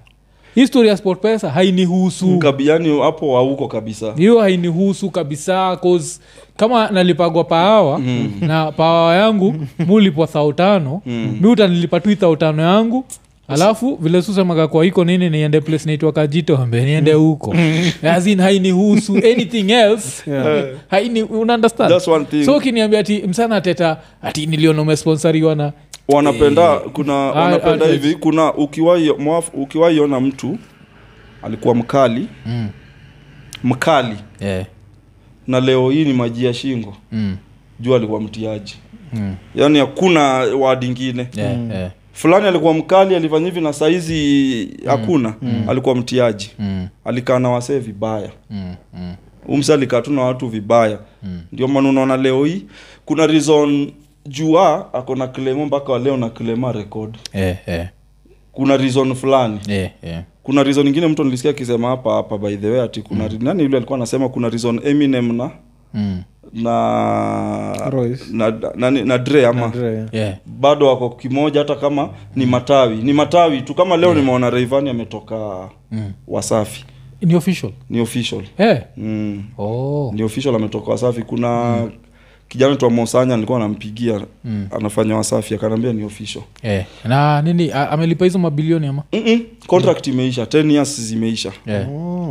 histori ya sport pesa hainihusu kabi- yani hapo hauko kabisa hiyo hainihusu kabisa cause kama nalipagwa paawa mm. na paawa yangu mulipwa thao tano mm. mi utanilipa tu thao tano yangu alafu vile susemaga kwa iko nini niende place naitwa kajitombe niende huko azin hainihusu anything else haini unaunderstand That's one thing. so ukiniambia ati msana ateta ati niliona umesponsoriwa na wanapenda kuna wanapenda ah, hivi kuna ukiwahi mwaf- ukiwahi ona mtu alikuwa mkali mm. mkali yeah. na leo hii ni maji ya shingo eh, mm. juu alikuwa mtiaji Mm. eh, yaani hakuna wadi ingine yeah. yeah. fulani alikuwa mkali alifanya hivi na saizi hakuna alikuwa mtiaji Mm, alikaa na wasee vibaya mm, mm, umsa alikaa tu na watu vibaya mm. ndio maana unaona leo hii kuna reason jua ako na klemo mpaka wa leo na klema record eh, eh, kuna reason fulani eh, eh. kuna reason ingine mtu nilisikia akisema hapa hapa by the way ati kuna mm. nani yule alikuwa anasema kuna reason Eminem na Mm, na Royce. na, na, na Dre Ah. ama Andre. yeah. bado wako kimoja hata kama Mm. ni matawi ni matawi tu kama leo nimeona Rayvanny ametoka Mm. Wasafi ni official ni official eh. mm. oh. ni official ametoka wasafi kuna mm. kijana twa mosanya alikuwa anampigia mm. anafanya wasafi akanaambia ni official eh. na nini a- amelipa hizo mabilioni ama Mm-mm. contract imeisha 10 years zimeisha eh.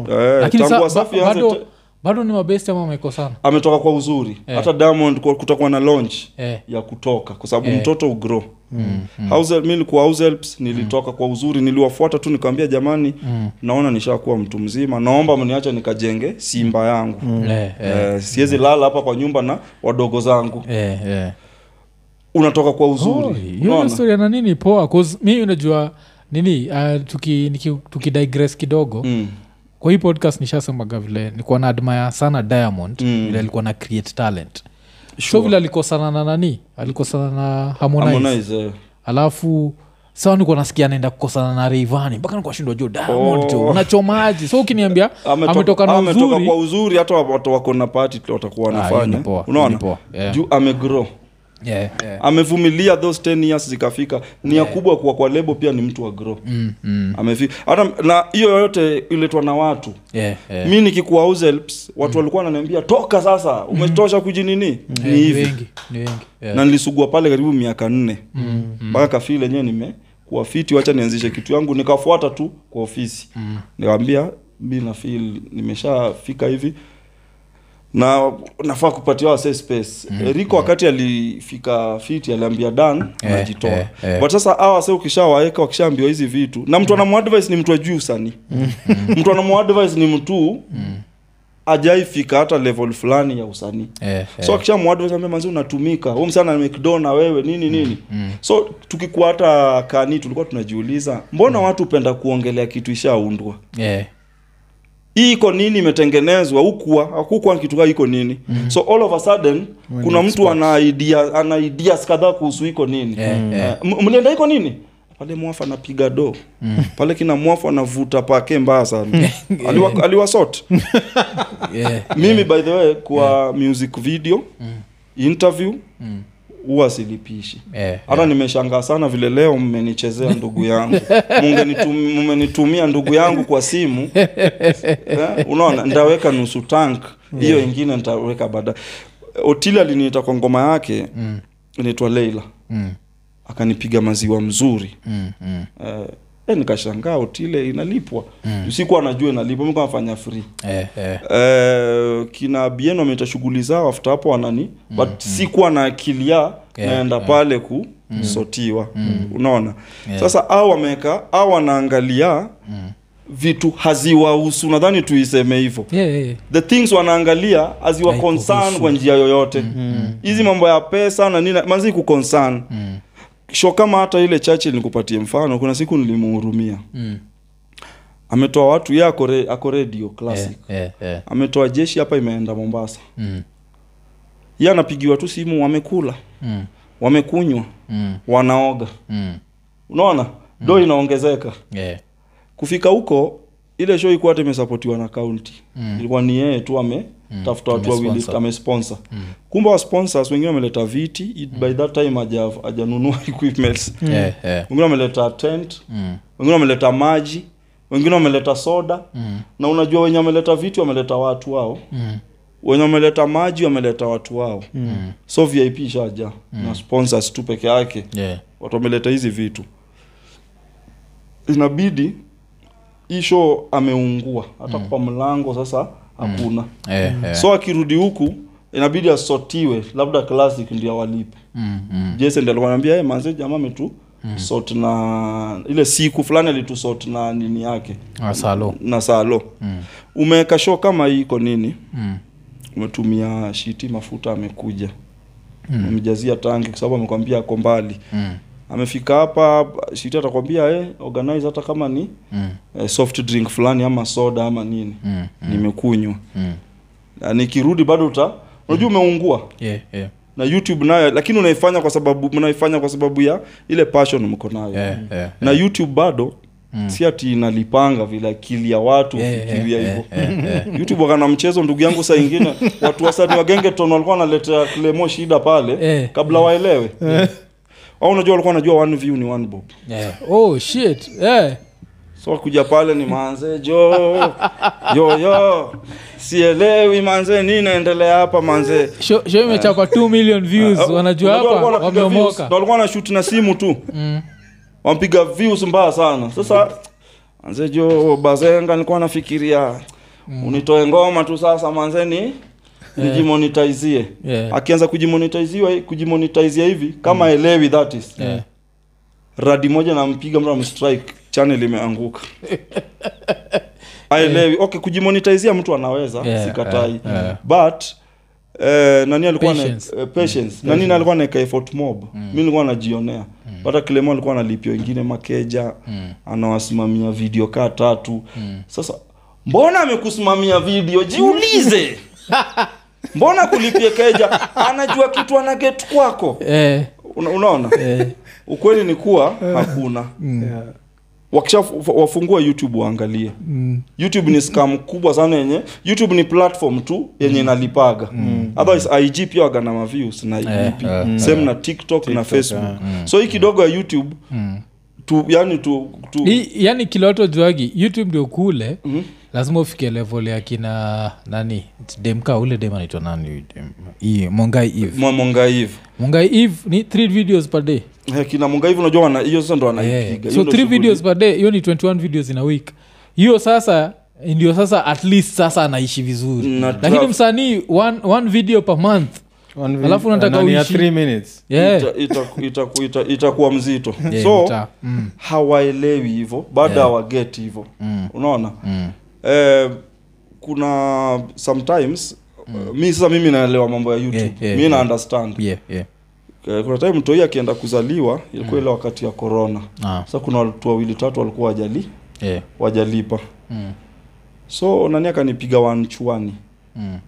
eh, lakini tangu sa, ba, wasafi aanze te- bado, bado ni mabesti ama wamekosana ametoka kwa uzuri Eh. hata diamond kwa- kutakuwa na launch eh. ya kutoka kwa sababu Eh. mtoto ugrow Mm. mm. House help- mi nilikuwa house helps nilitoka kwa uzuri niliwafuata tu nikaambia jamani Mm. naona nishakuwa mtu mzima naomba mniache nikajenge simba yangu Eh, eh. eh, siwezi lala hapa kwa nyumba na wadogo zangu Eh, eh. unatoka kwa uzuri Oh, hiyo Unaona? ni story na nini poa 'cause mi unajua nini uh, tuki, niki, tuki digress kidogo Mm. kwa hii podcast nishasemaga vile nilikuwa na admire sana diamond Mm. vile alikuwa na create talent so Sure. vile alikosana na nani alikosana na harmonize, Harmonize, eh. alafu sawa nikuwa nasikia naenda kukosana na reivani mpaka nikuwa shindwa jo diamond jo Oh. unachomaji so ukiniambia Ameto- ametoka na ametoka uzuri kwa uzuri hata watu wako na party watakuwa hiyo wanafanya ni poa, hiyo ni unaona poa, yeah. juu amegrow yeah, yeah. amevumilia those 10 years zikafika nia kubwa kuwa kwa lebo pia ni mtu wa grow Mm, mm, Amefi- Mm-hmm. hata na hiyo yote iletwa na watu yeah, yeah. mi nikikuwa house helps watu walikuwa wananiambia toka sasa umetosha kujinini ni Eh, Mm-hmm. ni hivi wengi ni wengi yeah. Mm. na nilisugua pale karibu miaka nne mpaka kafii lenyewe nimekuwa fiti wacha nianzishe kitu yangu nikafuata tu kwa ofisi mm. nikawambia mi nafil nimeshafika hivi na nafaa kupatia wase space mm. eriko wakati alifika fiti aliambia dan Eh, najitoa eh, eh. but sasa awa se ukishawaeka wakishaambiwa hizi vitu na mtu anamuadvise ni mtu wa juu sani mtu anamuadvise ni mtu mm, ajaifika hata level fulani ya usanii Eh, eh. so akisha mwadvambia manzi unatumika huu msana mcdona wewe nini nini mm. so tukikuwa hata kani tulikuwa tunajiuliza mbona watu hupenda kuongelea kitu ishaundwa Yeah. hii iko nini imetengenezwa ukua akukwa kitu kaa iko nini mm. so all of a sudden kuna mtu ana idea ana ideas kadhaa kuhusu iko nini Mm. Eh, eh. M- mlienda iko nini pale mwafu anapiga do pale kina mwafu anavuta pake mbaya sana aliwa, aliwasort Yeah. mimi by the way kwa music video interview huwa silipishi Yeah. hata nimeshangaa sana vile leo mmenichezea ndugu yangu Mungenitum- mmenitumia ndugu yangu kwa simu eh, unaona ndaweka nusu tank hiyo ingine nitaweka baadaye otili aliniita kwa ngoma yake Mm, inaitwa leila mm, akanipiga maziwa mzuri mm, mm. eh, eh, nikashangaa otile inalipwa sikuwa najua inalipwa mimi nafanya free Eh, eh. Eh, kina bien wameita shughuli zao after hapo wanani but sikuwa na akili ya naenda pale kusotiwa unaona sasa au wameweka au wanaangalia Mm. vitu haziwahusu nadhani tuiseme hivyo Yeah, yeah, yeah. the things wanaangalia haziwa Haikuhusu. concern kwa njia yoyote hizi mambo ya pesa na nini manzi ku concern Mm, sho kama hata ile chache nikupatie mfano kuna siku nilimuhurumia mm. ametoa watu ye ako re- ako radio classic Eh, eh, eh. ametoa jeshi hapa imeenda mombasa Mm, ye anapigiwa tu simu wamekula mm, wamekunywa mm, wanaoga mm. unaona do inaongezeka Yeah. kufika huko ile show ikuwa hata imesapotiwa na kaunti Mm. ilikuwa ni yeye tu ametafuta watu wawili Tumesponsor. Mm. amesponsor kumbe wa sponsors wengine wameleta viti it- by that time haja- hajanunua equipments Yeah, yeah. wengine wameleta tent Mm, wengine wameleta maji wengine wameleta soda mm, na unajua wenye wameleta viti wameleta watu wao mm. wenye wameleta maji wameleta watu wao mm. so vip ishaja na Mm. sponsors tu peke yake Yeah. watu wameleta hizi vitu inabidi hii show ameungua hata kwa mlango sasa hakuna Eh, eh. Mm. so akirudi huku inabidi asotiwe labda classic ndio awalipe Mm, mm. jason ndio alikuwa ananiambia hey, manze jamaa ametu sort na ile siku fulani alitusort na nini yake Ah, salo. na salo Mm. umeweka show kama hii iko nini Mm, umetumia shiti mafuta amekuja umemjazia tanki kwa sababu amekwambia ako mbali mm. amefika hapa shita atakwambia eh, organize hata kama ni Mm. eh, soft drink fulani ama soda ama nini Mm. nimekunywa Mm. Na nikirudi bado uta unajua umeungua Yeah, yeah, na youtube nayo lakini unaifanya kwa sababu mnaifanya kwa sababu ya ile passion mko nayo yeah, yeah. na youtube bado Mm. si ati inalipanga vile akili ya watu Yeah, yeah, fikiria yeah, hivyo yeah, yeah. youtube wakana mchezo ndugu yangu saa ingine watu wasani wagengeton walikuwa wanaletea kilemo shida pale Eh. kabla waelewe au unajua walikuwa wanajua one view ni one bob Yeah. oh shit eh. so kuja pale ni manze jo yoyo sielewi manze nini naendelea hapa manze show show imechapa 2 million views wanajua Ah, oh, Unajua hapa walikuwa wanapiga views, wameomoka Mm. na walikuwa na shoot na simu tu wampiga views mbaya sana sasa manze jo bazenga nilikuwa nafikiria Mm. unitoe ngoma tu sasa Eh. manzeni nijimonitaizie Yeah. akianza kujimonitaiziwa kujimonitaizia hivi Mm. kama elewi that is Eh. radi moja nampiga mra mstrike channel imeanguka aelewi okay kujimonitaizia mtu anaweza Yeah, sikatai yeah, yeah. but eh, nani alikuwa na- Patience. Mm. eh, patience nani na alikuwa naeka effort mob mi nilikuwa najionea hata kilemo alikuwa analipia wengine makeja Mm. anawasimamia video kaa tatu sasa mbona amekusimamia video jiulize mbona kulipia keja anajua kitu anaget kwako eh. Una, unaona ukweli ni kuwa hakuna Mm. wakisha wafungua youtube waangalie youtube ni scam kubwa sana yenye youtube ni platform tu yenye inalipaga otherwise ig pia waga na maviews na ilipi eh, same na tiktok, na facebook Mm. so hii kidogo ya youtube tu yani tu, tu Hii- yani kiloto juagi youtube ndio kule Mm-hmm. lazima ufike level ya kina nani demka ule dem anaitwa nani huyu dem? Hii, mongai Eve. mwa- mongaivu mungai if ni 3 videos per day Eh, kina mongaivu unajua wana- hiyo sasa ndo yeah. anaipiga Hiyo so ndo 3 shughuli. videos per day hiyo ni 21 videos in a week hiyo sasa ndio sasa at least sasa anaishi vizuri Na lakini traf- msanii one, one video per month Alafu unataka uishi. yeah. Ita- ita- ita- ita- itakuwa mzito Yeah, so mta- mm. hawaelewi hivyo bado hawageti hivyo unaona Mm. eh, kuna sometimes eh, mi sasa mimi naelewa mambo ya youtube Mm. Yeah, yeah, mi yeah. na understand Yeah, yeah. eh, kuna time mtoi akienda kuzaliwa Mm. ilikuwa ile wakati ya corona Ah, sasa kuna watu wawili tatu walikuwa wajali yeah. wajalipa Mm, so nani akanipiga wanchuani mm.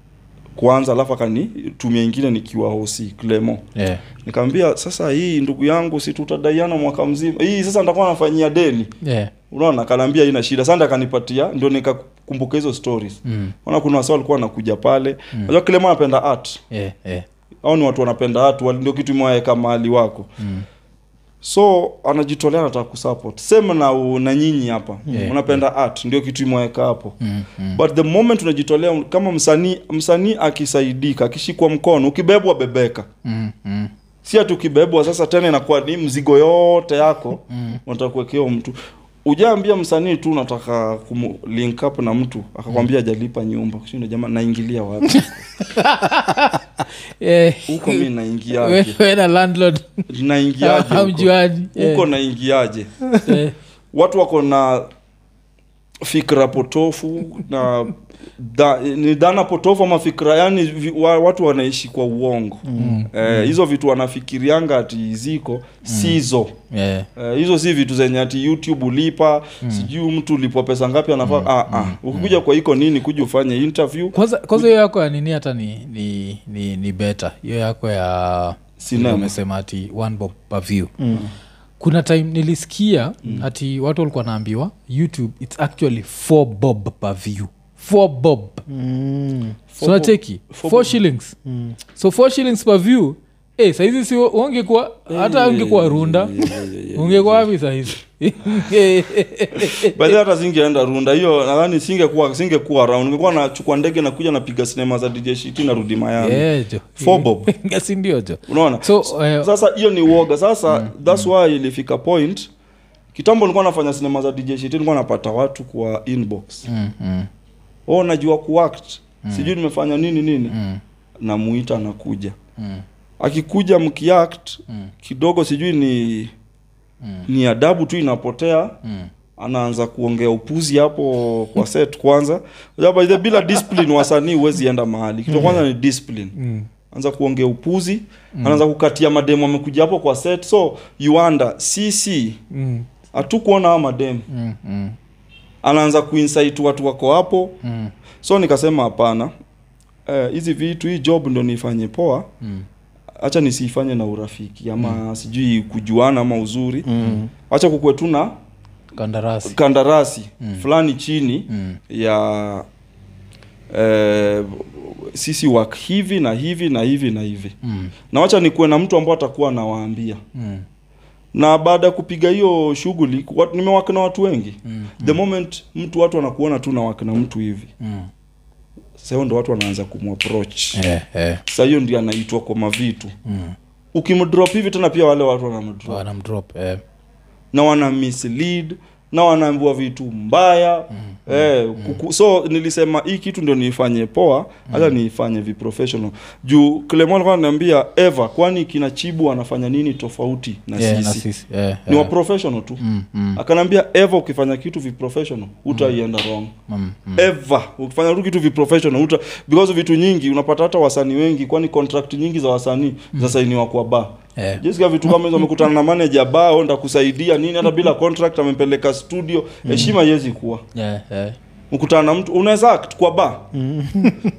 kwanza alafu akanitumia ingine nikiwa hosi clemo Yeah. nikamwambia sasa hii ndugu yangu si tutadaiana mwaka mzima hii sasa nitakuwa nafanyia deni yeah. unaona kanaambia ina shida sasa akanipatia ndio nikakumbuka hizo stories Mm, ona kuna wasa walikuwa wanakuja pale najua kile mwana anapenda art yeah, yeah. au ni watu wanapenda art wali- ndio kitu imewaweka mahali wako Mm. so anajitolea anataka kusupport sema na, u- na nyinyi hapa Hmm. Yeah. unapenda art ndio kitu imewaweka hapo Mm, mm. but the moment unajitolea un- kama msanii msanii akisaidika akishikwa mkono ukibebwa bebeka Mm, mm. si ati ukibebwa sasa tena inakuwa ni mzigo yote yako Mm. unataka kuwekewa mtu ujaambia msanii tu unataka kumu- link up na mtu akakwambia Hmm. ajalipa nyumba shinda jamaa naingilia wapi Yeah. huko mi We- naingiaje we Eh. na landlord naingiaje huko? hamjuani huko naingiaje Eh, watu wako na fikra potofu na da, ni dhana potofu ama fikra yani vi, wa, watu wanaishi kwa uongo mm. eh, hizo vitu wanafikirianga ati ziko Mm. sizo Yeah. Eh, hizo si vitu zenye ati youtube ulipa Mm. sijui mtu ulipwa pesa ngapi anafaa ah, ah. ukikuja kwa iko nini kuja ufanye interview kwanza kwanza hiyo yako ya nini hata ni ni, ni, ni beta hiyo yako ya Sinema. ile umesema ati one bob per view kuna time nilisikia mm. ati watu walikuwa naambiwa youtube its actually four bob per view four bob Mm. Four bob. sonacheki four, Four bob. shillings so four shillings per view eh, saizi si ungekuwa hata ungekuwa runda ungekuwa wapi saizi baadhi eh. hata zingeenda runda hiyo nadhani singekuwa singekuwa round ningekuwa nachukua ndege nakuja napiga sinema za dj shiti narudi mayami Yeah, jo. Four bob. sindio jo unaona So, S- eh, sasa hiyo ni uoga sasa Mm. thats why ilifika point kitambo nilikuwa nafanya sinema za dj shiti nilikuwa napata watu kwa inbox Mm, mm, oh najua kuact sijui nimefanya nini nini mm, namuita anakuja mm, akikuja mkiact Mm. kidogo sijui ni Mm. ni adabu tu inapotea mm. anaanza kuongea upuzi hapo kwa Mm. set kwanza Unajua by the bila discipline wasanii huwezi enda mahali kitu kwanza ni discipline anza kuongea upuzi Mm. anaanza kukatia mademu amekuja hapo kwa set so yuanda sisi mm, hatukuona hawa mademu Mm, mm, anaanza kuinsit watu wako hapo mm, so nikasema hapana Eh, hizi uh, vitu hii job ndo nifanye poa mm, hacha nisiifanye na urafiki ama sijui kujuana ama uzuri mm. hacha kukue tu na kandarasi kandarasi Mm. fulani chini Mm, ya eh, sisi work hivi na hivi na hivi na hivi mm, na wacha nikuwe na mtu ambao atakuwa anawaambia mm, na baada ya kupiga hiyo shughuli wat- nimewak na watu wengi mm, the moment mtu watu wanakuona tu nawak na mtu hivi mm. sasa hiyo ndo watu wanaanza kumwaproach Eh, eh, sasa hiyo ndio anaitwa kwa mavitu mm. ukimdrop hivi tena pia wale watu wanamdrop wanamdrop eh. na wana mislead na wanaambiwa vitu mbaya mm, eh, kuku, so nilisema hii kitu ndio niifanye poa Mm. hata niifanye viprofessional juu Clement alikuwa ananiambia eva kwani kina chibu anafanya nini tofauti na Yeah, na sisi sisi eh, ni Ah. eh. waprofessional tu Mm, mm, akanaambia eva ukifanya kitu viprofessional utaienda wrong mm, mm. ever ukifanya tu kitu viprofessional uta because vitu nyingi unapata hata wasanii wengi kwani contract nyingi za wasanii zasainiwa kwa ba Eh. jesika vitu kama hizo amekutana na manager ba onda kusaidia nini hata bila contract amempeleka studio heshima haiwezi kuwa Eh, eh. mkutana na mtu unaweza act kwa ba na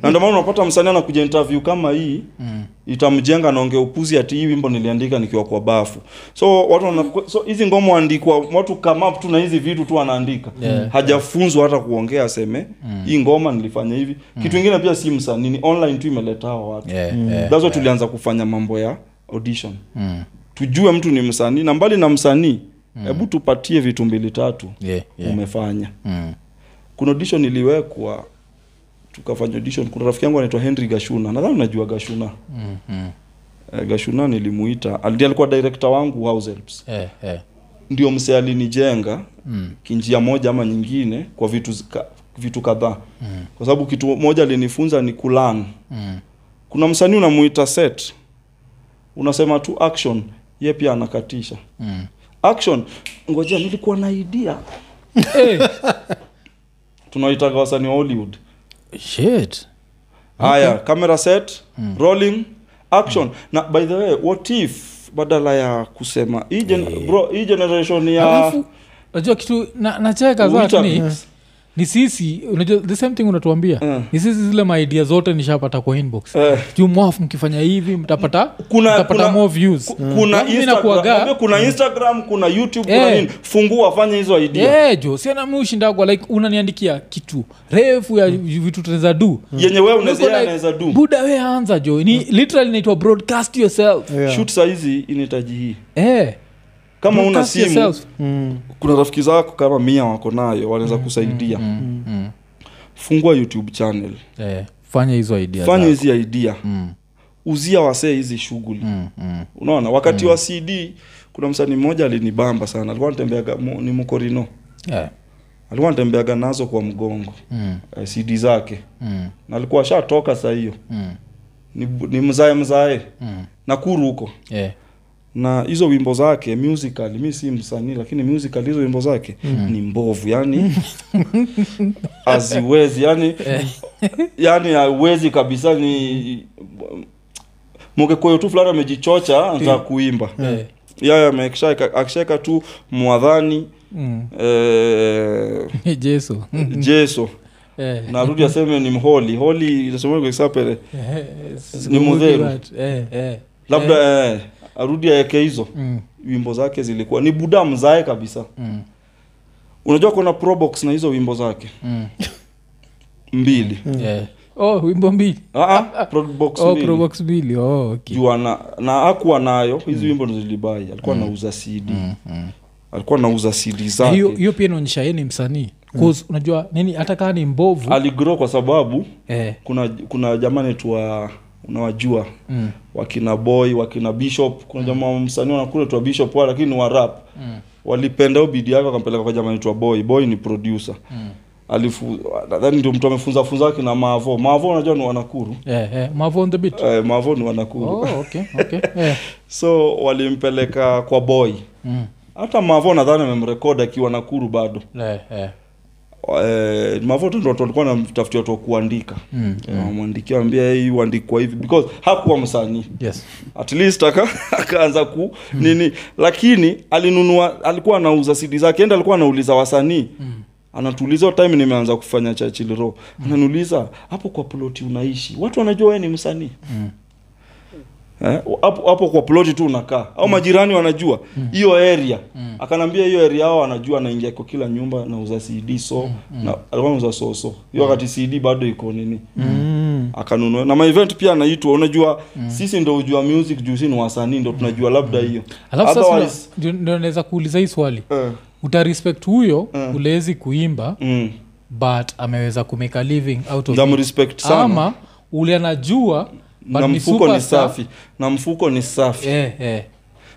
ndio maana unapata msanii anakuja interview kama hii Mm. itamjenga naongea upuzi ati hii wimbo niliandika nikiwa kwa bafu so watu wana, so hizi ngoma andikwa watu come up tu na hizi vitu tu wanaandika Yeah. Mm. hajafunzwa hata kuongea aseme hii ngoma nilifanya hivi kitu ingine pia si msanii ni online tu imeleta hawa watu Yeah, eh. Mm. that's why tulianza kufanya mambo ya audition Mm, tujue mtu ni msanii na mbali na msanii hebu tupatie vitu mbili tatu yeah, Mm. yeah. umefanya Mm, kuna audition iliwekwa tukafanya audition kuna rafiki yangu anaitwa henry gashuna nadhani unajua gashuna mm, mm. Eh, gashuna nilimuita Al- ndiye alikuwa director wangu House Helps Eh, eh. ndio msee alinijenga Mm, kinjia moja ama nyingine kwa vitu zika, vitu kadhaa kwa sababu kitu moja alinifunza ni kulan mm. kuna msanii unamuita set unasema tu action ye pia anakatisha Mm. action ngojea nilikuwa na idea Eh, tunaitaga wasanii wa hollywood Shit. haya camera set Hmm. rolling action na by the way what if badala ya kusema hii gen- bro, hii generation ya Eh. alafu najua kitu na, nacheka Wita- zat ni, Yes. ni sisi unajua the same thing unatuambia Mm. ni sisi zile maidia zote nishapata kwa inbox Eh. juu mwaf mkifanya hivi mtapata Kuna- mtapata kuna- more views ku- kuna Alafu mi Instagram, hmm. nakuaga- Hmm. naambia kuna instagram kuna youtube kuna Eh. nini fungua fanya hizo idea Yeah, Eh, jo sianami ushindagwa like unaniandikia kitu refu ya vitu tunaweza du Hmm. yenye wewe unaweza Niko yeye like, Mm. anaweza do Mm. buda we anza jo ni literally inaitwa broadcast yourself Yeah. shoot saizi inahitaji hii Eh, kama una broadcast simu yourself. Mm. kuna rafiki zako kama mia wako nayo wanaweza Hmm. kusaidia Mm, mm. fungua youtube channel Eh, fanya hizo idea fanya zako. hizi idea Mm, uzia wasee hizi shughuli mm, mm. unaona wakati wa cd kuna msanii mmoja alinibamba sana alikuwa anatembeaga mu- ni mkorino Eh. Yeah. alikuwa anatembeaga nazo kwa mgongo Mm, eh, cd zake mm, na alikuwa ashatoka saa hiyo mm, ni, ni mzae mzae mm. nakuru huko Yeah. na hizo wimbo zake musical mi si msanii lakini musical hizo wimbo zake ni mbovu yani haziwezi yani yani hawezi kabisa ni mungekweyo tu fulani amejichocha anza kuimba Eh, yeye amekishaeka- akishaeka tu mwadhani mm. eh, jesu Mm, jeso eh, narudi aseme ni mholi holi inasemwa kwa kisapele eh, Ni mudheru. eh, eh, labda eh, arudi aeke hizo mm, wimbo zake zilikuwa ni buda mzae kabisa Mm, unajua kuna probox na hizo wimbo zake mm. mbili Yeah. oh wimbo mbili Ah, ah, probox oh, mbili. probox Mm. mbili oh, okay. juu ana- na akuwa nayo hizi wimbo ndo zilibai alikuwa nauza cd Mm, mm. alikuwa nauza cd Na hiyo zake hiyo pia inaonyesha yeye ni msanii 'Cause unajua nini hata kaa ni mbovu aligrow kwa sababu eh, kuna kuna jamani tuwa unawajua mm, wakina boy wakina bishop kuna jamaa msanii wanakule twa bishop wa lakini ni wa rap Mm. walipenda ubidi yake wakampeleka kwa jamani twa boy boy ni producer Mm. alifu nadhani ndio mtu amefunza funza wakina maavo maavo unajua ni wanakuru eh, eh, Mavo on the beat eh, maavo ni wanakuru oh, okay, okay. eh, so walimpeleka kwa boy Mm. hata mavo nadhani amemrekod akiwa nakuru bado Eh, eh. eh, mavoto ndo watu walikuwa namtafutia watu wa kuandika wamwandikia mm. ambia hii uandikwa hivi because hakuwa msanii yes at least aka, akaanza ku nini lakini alinunua alikuwa anauza sidi zake enda alikuwa anauliza wasanii mm anatuuliza "What time nimeanza kufanya Churchill Row ananiuliza hapo kwa ploti unaishi watu wanajua wewe ni msanii Eh, hapo hapo kwa ploti tu unakaa au majirani wanajua hiyo area akanambia hiyo area hao wanajua anaingia kwa kila nyumba nauza cd so na alikuwa anauza so so hiyo wakati cd bado iko nini Mm. akanunua na maevent pia anaitwa unajua sisi ndo ujua music juu si ni wasanii ndo tunajua labda hiyo alafu sasa Otherwise- ndio- ndio naweza kuuliza hii swali eh, utarespect huyo ulezi kuimba mm. but ameweza kumeka living out of it. namrespect sana ama ule anajua but na ni mfuko ni superstar. safi na mfuko ni safi Eh, eh.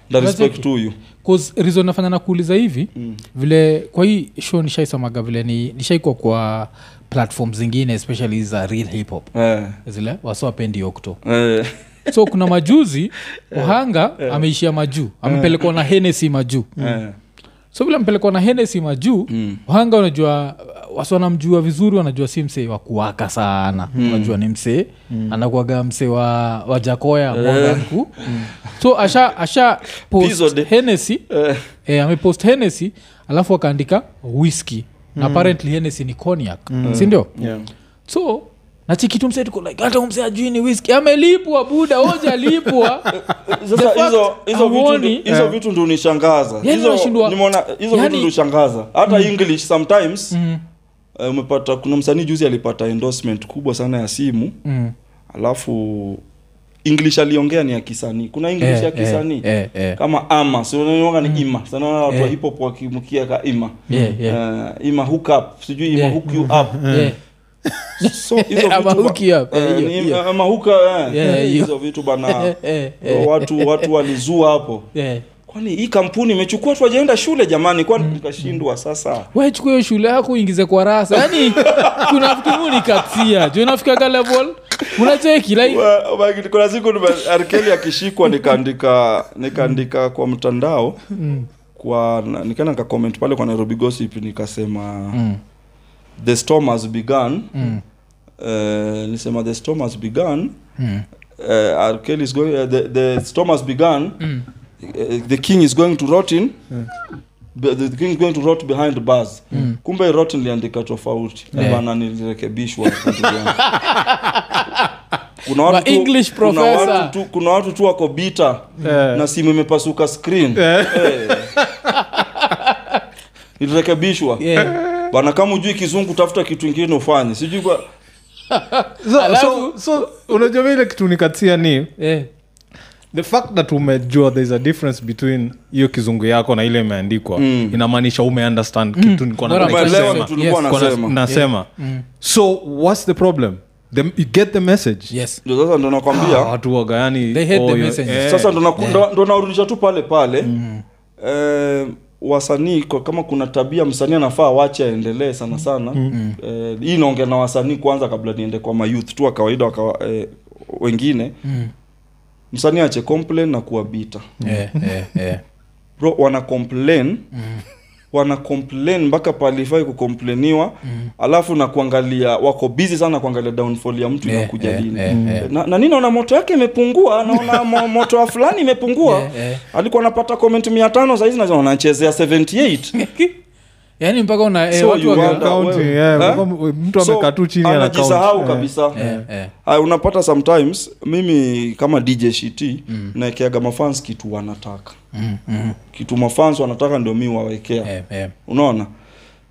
na Unajua respect ki- huyu 'Cause reason nafanya na kuuliza hivi mm. vile kwa hii show nishaisamaga vile ni, nishaikwa kwa platform zingine especially za real hip hop eh, zile wasowapendi okto eh, so kuna majuzi ohanga ameishia majuu amepelekwa na henesi majuu eh, so vile amepelekwa na henesi majuu mm. ohanga unajua wasi wanamjua vizuri wanajua si msee wa kuwaka sana mm. unajua ni msee mm. Eh. anakuaga msee wa, wa jakoya mwanga mkuu so asha asha Pizo de- post henesi eh, eh, amepost henesi alafu akaandika whisky na apparently henesi ni cognac sindio Yeah. so nachikitu msee tuko like hata umsee ajui ni whisky amelipwa buda oja alipwa sasa fact hizo hizo vitu hauoni- ndio- hizo vitu ndio unishangaza Yani unashindwa- yaani- Mm. hizo nimeona hizo yani- vitu ndio ushangaza hata english sometimes Mm. eh, umepata kuna msanii juzi alipata endorsement kubwa sana ya simu Mm. alafu english aliongea ni ya kisanii kuna english Eh, ya eh, kisanii eh, eh. Mm. kama ama sinanga ni ima sanaona watu wa hip hop wakimkia ka ima Yeah, Eh, ima hook up sijui ima Yeah. hook you up Eh, so hizo Ama vitu ba- hook you up. Eh, Eh, hiyo, ni- hiyo. ama hook up, eh. Yeah, Eh, hiyo. hizo vitu bana eh, eh, watu watu walizua hapo eh. kwani hii kampuni imechukua tu wajaenda shule jamani kwani Mm. nikashindwa sasa We chukua hiyo shule yako uingize kwa rasa yani kuna vitunikatia ju unafikaga level unacheki like Wa- wa- kuna siku nime- R. Kelly akishikwa nikaandika nikaandika kwa mtandao kwa na- nikaenda nikacomment pale kwa nairobi gossip nikasema Mm, the storm has begun Eh, nisema the storm has begun mm, Eh, R. Kelly is going, eh, the, the storm has begun mm. Eh, the king is going to rot in Be- the king is going to rot behind bars Mm. kumbe rot niliandika tofauti yeah. bana nilirekebishwa kuna Wa watu, tu, English kuna, professor. watu tu, kuna watu tu wako bita Eh. na simu imepasuka screen Eh. ilirekebishwa yeah. bana kama ujui kizungu tafuta kitu ingine ufanye sijui kwa so, Alafu- so, so unajua vile kitu nikatia ni Eh, the fact that umejua thereis a difference between hiyo kizungu yako na ile imeandikwa mm. inamaanisha umeunderstand mm. kitu nilikuwa Bora nataka umeelewa kusema. kitu tulikuwa Yes. Nilikuwa na- nasema. nasema Mm. so whats the problem the, you get the message yes ndio sasa ndo nakwambia Ah, watu waga yani They hate the oh, yeah, message. eh. Mm. sasa ndo naku- ndo- ndo naurudisha tu pale pale eh, wasanii kwa- kama kuna tabia msanii anafaa awache aendelee sana sana Mm. eh, hii naongea na wasanii kwanza kabla niende kwa mayouth tu wa kawaida wa kawa, eh, wengine Mm. msanii ache complain na kuwa bita Eh, eh, eh. bro wana complain wana complain mpaka palifai kukompleniwa alafu na kuangalia wako busy sana kuangalia downfall ya mtu Yeah, inakuja yeah, lini yeah, yeah. na, na nini naona moto yake imepungua naona mo, moto wa fulani imepungua Yeah, yeah. alikuwa anapata comment mia tano saizi nazo anachezea 78 yani mpaka una eh, So watu you wage- wonder- Account, wewe. yeah, Eh? kwa sababu mtu amekaa tu chini ana account. anajisahau Eh. kabisa eh, eh. Aya, Ah, unapata sometimes mimi kama dj sht mm. naekeaga mafans kitu wanataka Mm, mm, kitu mafans wanataka ndio mi wawekea eh, eh, unaona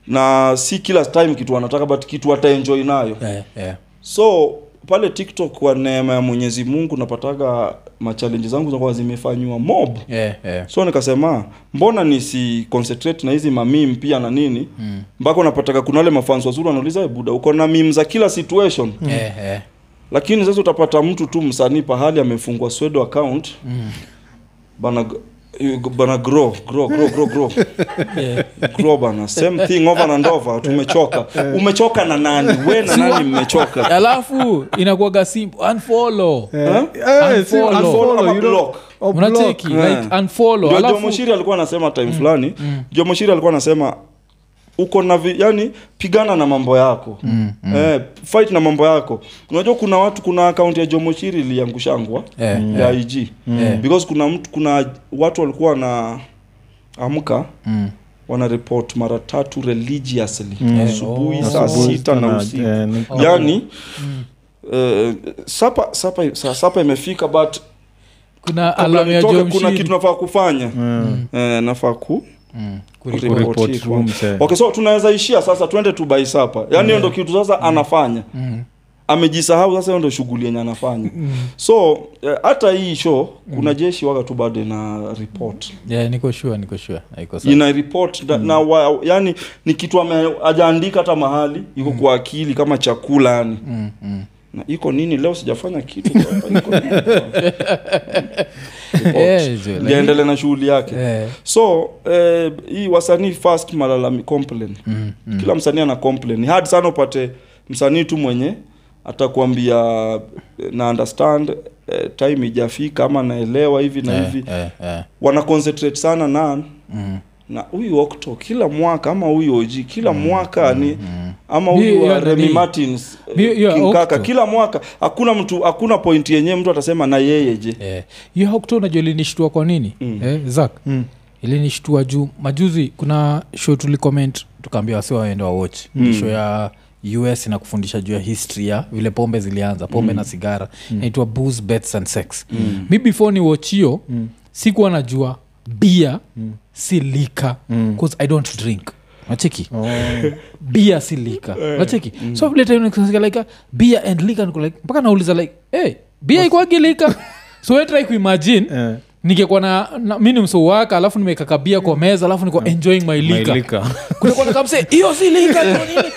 na si kila time kitu wanataka but kitu wataenjoy nayo eh, eh. so pale tiktok kwa neema ya mwenyezi mungu napataga machallenji zangu zinakuwa zimefanyiwa mob Eh, eh. so nikasema mbona nisi concentrate na hizi mamim pia na nini Hmm. mpaka unapataga kuna wale mafans wazuri wanauliza "Eh, buda uko na mim za kila situation Eh, eh. lakini sasa utapata mtu tu msanii pahali amefungwa swedo account Hmm. bana bana grow grow grow grow grow Yeah. grow bana same thing over and over tumechoka umechoka na nani we na Si wa- nani mmechoka alafu inakuaga simple unfollow Eh? Eh, eh, si Unfollow. Unfollow unfollow, ama you block. don't- oh, block. unacheki Eh. like unfollow Ndio Joe alafu Mushiri alikuwa anasema time fulani Joe Mushiri alikuwa anasema uko na vi, yani pigana na mambo yako mm, mm. Eh, fight na mambo yako unajua kuna watu kuna akaunti ya jomochiri iliangushangwa Eh, ya ig because kuna mtu kuna watu walikuwa na amka Mm. wanareport mara tatu religiously asubuhi saa oh. Asubuhi Ah, sita na na- usiku eh, ni- yani eh, sapa sapa sa- sapa imefika but kuna kabla alamu ya nitoke, John kuna Shiri. kitu nafaa kufanya eh, nafaa ku kuripoti Kuripoti kwa- room, sir. okay so tunaweza ishia sasa twende tu by sapa yaani hiyo ndo kitu sasa anafanya Mm. amejisahau sasa hiyo ndo shughuli yenye anafanya so eh, hata hii show kuna jeshi waga tu bado ina report Yeah, niko sure niko sure haiko sawa. ina report da, na wa, yani ni kitu ame- hajaandika hata mahali iko kwa akili kama chakula yani Mm, mm. na iko nini leo sijafanya kitu iko nini? Report. Eh, zio, like- Liendelee na shughuli yake Eh, so eh, hii wasanii first malalami complain mm, mm. kila msanii ana complain Ni hard sana upate msanii tu mwenye atakwambia eh, na understand eh, time ijafika ama naelewa hivi na Eh, hivi eh, eh. wana concentrate sana na Mm. na huyu okto kila mwaka ama huyu og kila mwaka ni ama Ni- huyu wa ya remi nani? martins eh, Ni- ya King Kaka. Octo. kila mwaka hakuna mtu hakuna point yenyewe mtu atasema na yeye je Eh, hiyo haukuto unajua ilinishtua kwa nini Mm. eh, zak Mm. ilinishtua juu majuzi kuna show tulicomment tukaambia wasi waende wawatch mm. show ya us inakufundisha juu ya history ya vile pombe zilianza pombe mm. na sigara mm. naitwa booze bets and sex mm. mi before ni watch hiyo mm. sikuwa najua bia mm. si lika mm. Oh. i don't drink nacheki bia si lika nacheki so vile time nikasikia like bia and lika niko like mpaka nauliza like hey, bia ikwagi lika so we try kuimagine Eh, nikikuwa na, na mi ni msouwaka alafu nimekakabia kwa meza alafu niko Eh. enjoying my lika, mailika. Kutakuwa na kamse hiyo si lika hiyo nini?"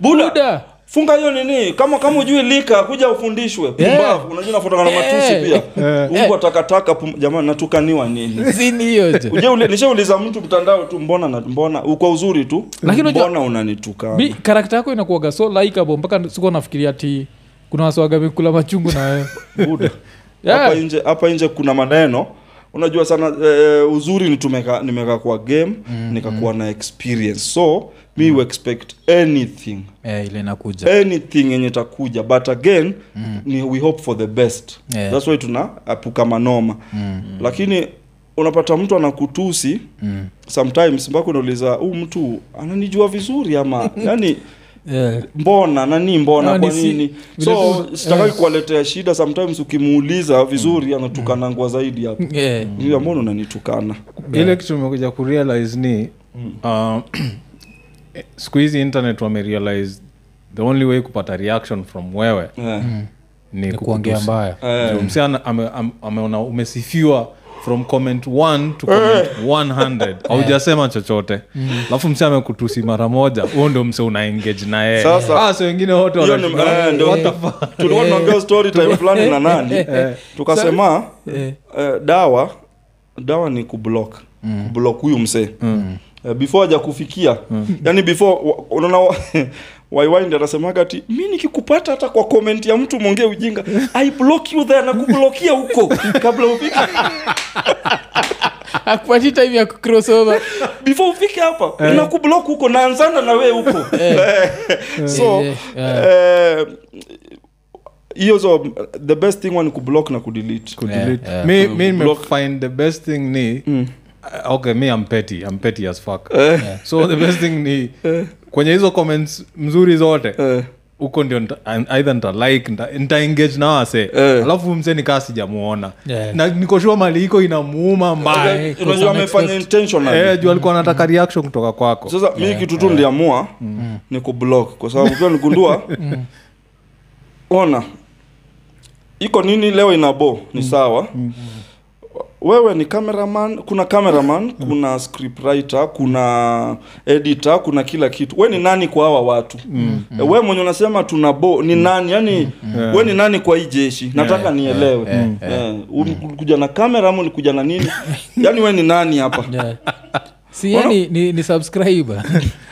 buda Buda. funga hiyo nini kama kama ujui lika kuja ufundishwe Yeah. pumbavu unajua nafuatana na matusi Yeah. pia Eh. ungu atakataka pum- jamani natukaniwa nini Zini hiyo je. Uje ule- nishauliza mtu mtandao tu mbona na mbona kwa uzuri tu Lakini unajua- mbona unanitukana mi karakta yako inakuaga so likeable mpaka sikuwa nafikiria ti kuna wasiwaga mikula machungu na wewe Buda. Yeah. hapa nje hapa nje kuna maneno unajua sana eh, uzuri ni tumeka nimeka kwa game Mm, nikakuwa na experience so mi mm. expect anything eh, ile inakuja anything yenye takuja but again Mm. ni we hope for the best Yeah. that's why tuna apuka manoma Mm. lakini unapata mtu anakutusi Mm. sometimes mpaka unauliza huu mtu ananijua vizuri ama yani Eh, mbona nani mbona Ah, kwa ni si- nini vile so tu- sitaki eh. Mm. kuwaletea shida sometimes ukimuuliza vizuri anatukanangwa zaidi hapo eh, hiyo mbona unanitukana ile kitu imekuja kurealize ni Mm. uh, siku hizi internet wamerealize the only way kupata reaction from wewe Mm. Eh. ni ni kuongea kukutusi. mbaya Eh. Ndio msichana ame- am- ameona umesifiwa from comment 1 to Eh. comment 100 haujasema chochote Mm. alafu mse amekutusi mara moja huo ndio mse una engage na yeye Sasa- Ah, so wengine wote Hiyo ni- eh, ndio. wanashindwa, what the fuck? tulikuwa tunaongea story time fulani na nani tukasema eh, dawa dawa ni kublock kublock huyu msee Eh, before haja kufikia yani before wa- unaona wa- waiwai ndi anasemaga ti mi nikikupata hata kwa comment ya mtu mwongee ujinga i block you there na kublokia huko kabla ufike akupati time ya crossover before ufike hapa eh. nakublock huko naanzana na wee huko eh. so Eh, eh, hiyo so the best thing one kublock na kudelete Kudelete. yeah. Mi- mi nimefind the best thing ni Mm. uh, okay mi am petty, I'm petty as fuck Eh. so the best thing ni kwenye hizo comments mzuri zote eh. huko ndio nita- an- either ntalike ntaengage na wase Eh. alafu mse nikaa sijamuona Yeah. na nikoshua mali iko inamuuma mbaya Eh, Unajua kwa amefanya unexpected. intentionally eh, juu alikuwa anataka reaction kutoka kwako sasa mi kitu tu niliamua ni kublock kwa sababu pia nigundua ona iko nini leo inabo ni sawa wewe ni cameraman kuna cameraman kuna script writer kuna editor kuna kila kitu we ni nani kwa hawa watu mm, we mwenye unasema tuna bo ni nani yani we ni nani kwa hii jeshi nataka nielewe Eh, ulikuja na kamera ama ulikuja na nini yani we ni nani hapa Yeah. si ye ni, ni, ni subscriber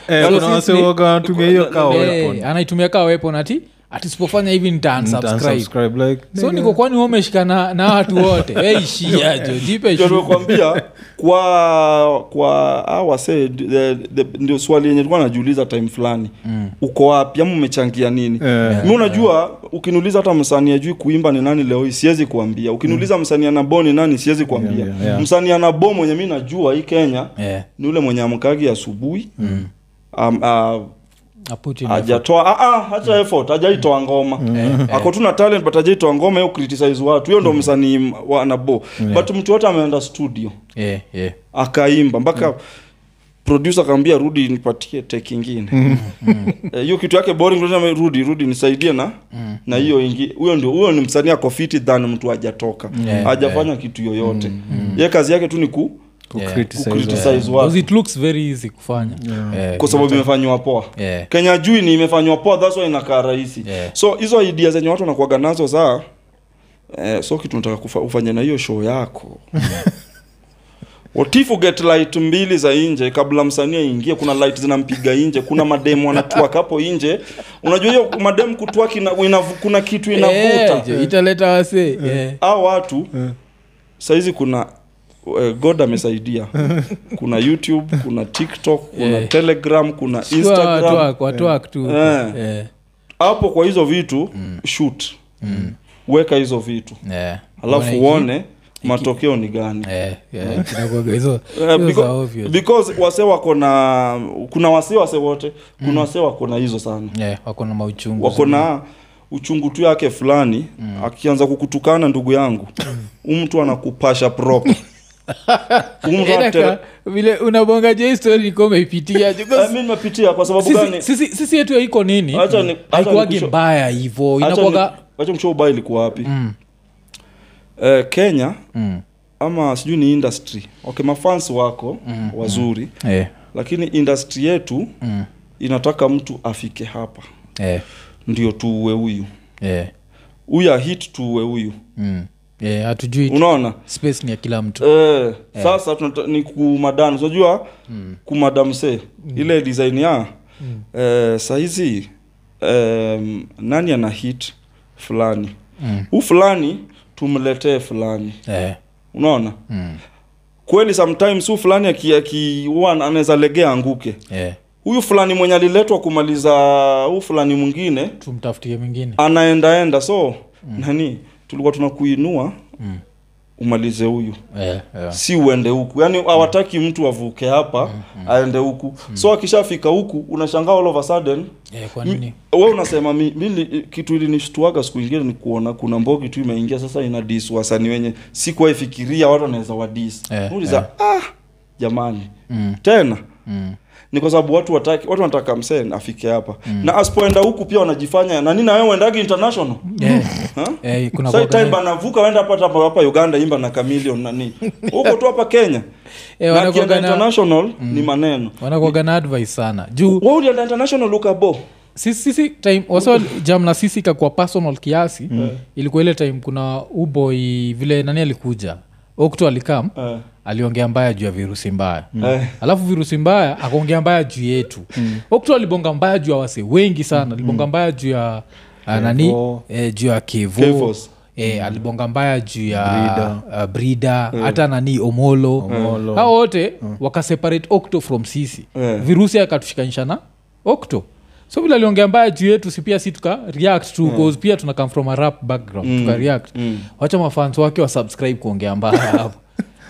eh, So kuna sisi- wase waga wanatumia hiyo kaa Eh, weapon anaitumia kaa weapon ati atisipofanya hivi nitaansubscribe Unsubscribe, like, so niko kwani wameshikana na watu wote weishiajo jipe Ndio shughuli. nimekuambia kwa kwa awase ndio swali yenye tulikuwa najiuliza time fulani mm. uko wapi ama umechangia nini Eh. mi unajua ukiniuliza hata msanii ajui kuimba ni nani leo hii siwezi kuambia ukiniuliza msanii anabo ni nani siwezi kuambia Mm. Yeah, Eh. yeah. msanii anabo mwenye mi najua hii kenya Yeah. ni ule mwenye amkagi asubuhi mm. um, uh, I put in effort. ajatoa ah, ah, hata effort hajaitoa ngoma ako tu na talent but hajaitoa ngoma hiyo criticize watu hiyo ndo msanii m- wa nabo but mtu yote ameenda studio Yeah, yeah. akaimba mpaka producer akaambia rudi nipatie tek ingine Eh, hiyo kitu yake boring producer ame- rudi rudi nisaidie na na hiyo ingi huyo ndio huyo ni msanii ako fiti than mtu hajatoka hajafanya kitu yoyote ye kazi yake tu ni ku Mm, criticize watu Because it looks very easy kufanya Eh, kwa sababu imefanywa poa Eh. yeah. kenya jui ni imefanywa poa thats why inakaa rahisi Yeah. so hizo idea zenye watu wanakuaga nazo saa eh, so kitu nataka kufa- ufanye na hiyo show yako What if you get light mbili za nje kabla msanii aingie kuna light zinampiga nje kuna mademu anatwak hapo nje unajua hiyo mademu kutwak ina, inavu- kuna kitu Eh, inavuta jo, italeta wase eh. au watu saizi kuna eh, god amesaidia kuna youtube kuna tiktok kuna Yeah. telegram kuna Sikuwa watu instagram Eh. wako, watu wako tu Eh. Eh, hapo kwa hizo vitu mm. shoot mm. weka hizo vitu Yeah. alafu uone matokeo ni gani Eh, Yeah, yeah. Inakuwaga hizo- Eh, hizo Eh. za beca- obvious. because wase wako na kuna wase wase wote kuna wase wako na hizo sana Yeah, wako na mauchungu wako na uchungu tu yake fulani akianza kukutukana ndugu yangu huu mtu anakupasha prop Huu mtu Yaani Eda anatele- ka- Eh, vile unabonga je histori nikuwa umeipitia jo, Eh, 'cause mimi nimepitia kwa sababu sisi- gani sisi- sisi yetu haiko nini Acha ni- acha haikuwagi nikusho- mbaya hivo Mm, Acha inakuaga ni- acha mshoo ubaya ilikuwa wapi Mm. Eh, kenya mm, ama sijui ni industry okay mafans wako wazuri Eh, lakini industry yetu mm, inataka mtu afike hapa eh, ndio tuue huyu eh. huyu ahit tuue huyu Mm. Eh, hatujui unaona space ni ya kila mtu Eh, sasa tunata- ni kumadan unajua kumadamse ile design ya eh, sahizi em, nani ana hit fulani Mm, huu fulani tumletee fulani eh, unaona mm, kweli sometimes huu fulani aki- aki- huwa anaweza legea anguke eh. huyu fulani mwenye aliletwa kumaliza huu fulani mwingine tumtafutie mwingine anaendaenda so nani tulikuwa tunakuinua umalize huyu Eh, Ah. eh. si uende huku yaani hawataki mtu avuke hapa aende huku so akishafika huku unashangaa all of a sudden Eh, kwa nini we unasema mi, mi ni- kitu ilinishtuaga siku ingine ni kuona kuna mbogi tu imeingia sasa ina dis wasanii wenye sikuwaifikiria watu wanaweza wadis Eh, Mm. uliza ah jamani tena ni kwa sababu watu wataki watu wanataka msee afike hapa Mm. na asipoenda huku pia wanajifanya nani na wewe uendagi international Eh, Ha? eh, kuna Sasa kuwaga- hii time banavuka wenda hapa hapa hapa Uganda imba na Chameleon nani. Huko tu hapa Kenya. Eh, na kienda wanakuwaga na- international ni Mm. maneno. wanakuaga na advice sana juu Wewe ulienda international ukabo. sisi sisi time waso jam na sisi ikakuwa personal kiasi ilikuwa ile time kuna uboi vile nani alikuja okto alikam Eh. aliongea mbaya juu ya virusi mbaya Eh. alafu virusi mbaya akaongea mbaya juu yetu okto alibonga mbaya juu ya wase wengi sana alibonga mbaya juu ya ah, nani Kevo. eh, juu ya kevo Kevos. E, alibonga mbaya juu ya uh, brida Eh. hata nani omolo, Eh. hao wote wakaseparate okto from sisi Eh. virusi akatushikanisha na okto so vile aliongea mbaya juu yetu si pia si tuka react tu cause pia tuna come from a rap background Mm. tuka react wacha mafans wake wa subscribe kuongea mbaya hapo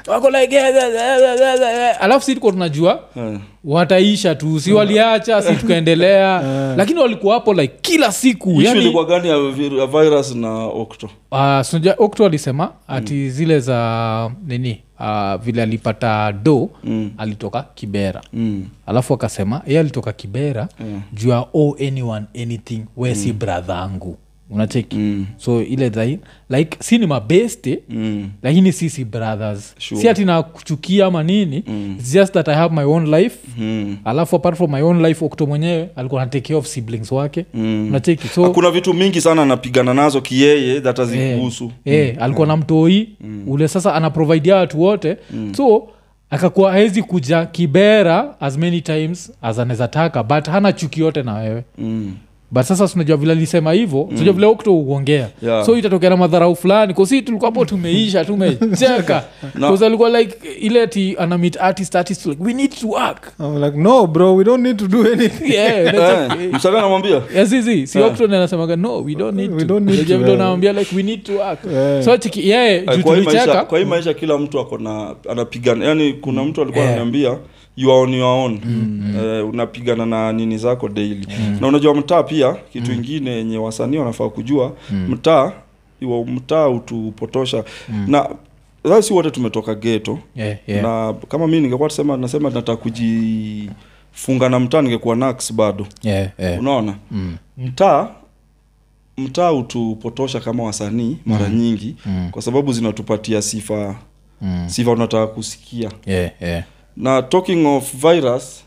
wako like "Eh, eh, eh, eh, eh, eh." alafu si tuko tunajua Eh. wataisha tu Mm. si waliacha si tukaendelea lakini walikuwa hapo like kila siku Issue yani- ilikuwa gani ya vir- ya virus na Okto? Uh, sinajua okto alisema ati zile za nini uh, vile alipata do mm. alitoka kibera Mm. alafu akasema ye alitoka kibera mm. juu ya oh, anyone anything we si brother angu unacheki mm. so ile dhai like si ni mabeste Mm. lakini sisi brothers Sure. si ati nakuchukia ama nini mm. It's just that i have my own life Mm. alafu apart from my own life okto mwenyewe alikuwa na take care of siblings wake mm. unacheki so Ah, Kuna vitu mingi sana anapigana nazo kiyeye that hazikuhusu. Eh, alikuwa na mtoi Mm. ule sasa anaprovidia watu wote so akakuwa hawezi kuja kibera as many times as anaweza taka but hana chuki yote na wewe Mm. but sasa tunajua vile alisema hivo tunajua vile okto uongea Yeah. so itatokea na madharau fulani kosi tulikuwa po tumeisha tumecheka No. no. alikuwa like ile ti anamit artist artist like, we need to work I'm like no bro we don't need to do anything yeah, that's Eh, msanii anamwambia Yeah, si, si, si Ah. Octone anasemaga no we don't need We to." don't need Unajua to, vile eh. unawaambia, like we need to work Eh. so chiki yeye juu Eh, kwa hii maisha, tulicheka kwa hii maisha kila mtu ako na anapigana yani kuna mtu alikuwa Yeah. ananiambia you are on your own Hmm. Eh, unapigana na nini zako daily na unajua mtaa pia kitu Hmm. ingine yenye wasanii wanafaa kujua mtaa iwa- mtaa utupotosha Hmm. na sasi wote tumetoka geto Yeah, yeah. na kama mi ningekuwa tusema nasema nataka kujifunga na mtaa ningekuwa nax bado yeah, yeah. Mm, unaona mtaa mtaa hutupotosha kama wasanii mara nyingi kwa sababu zinatupatia sifa sifa unataka kusikia mm, Yeah, yeah. na talking of virus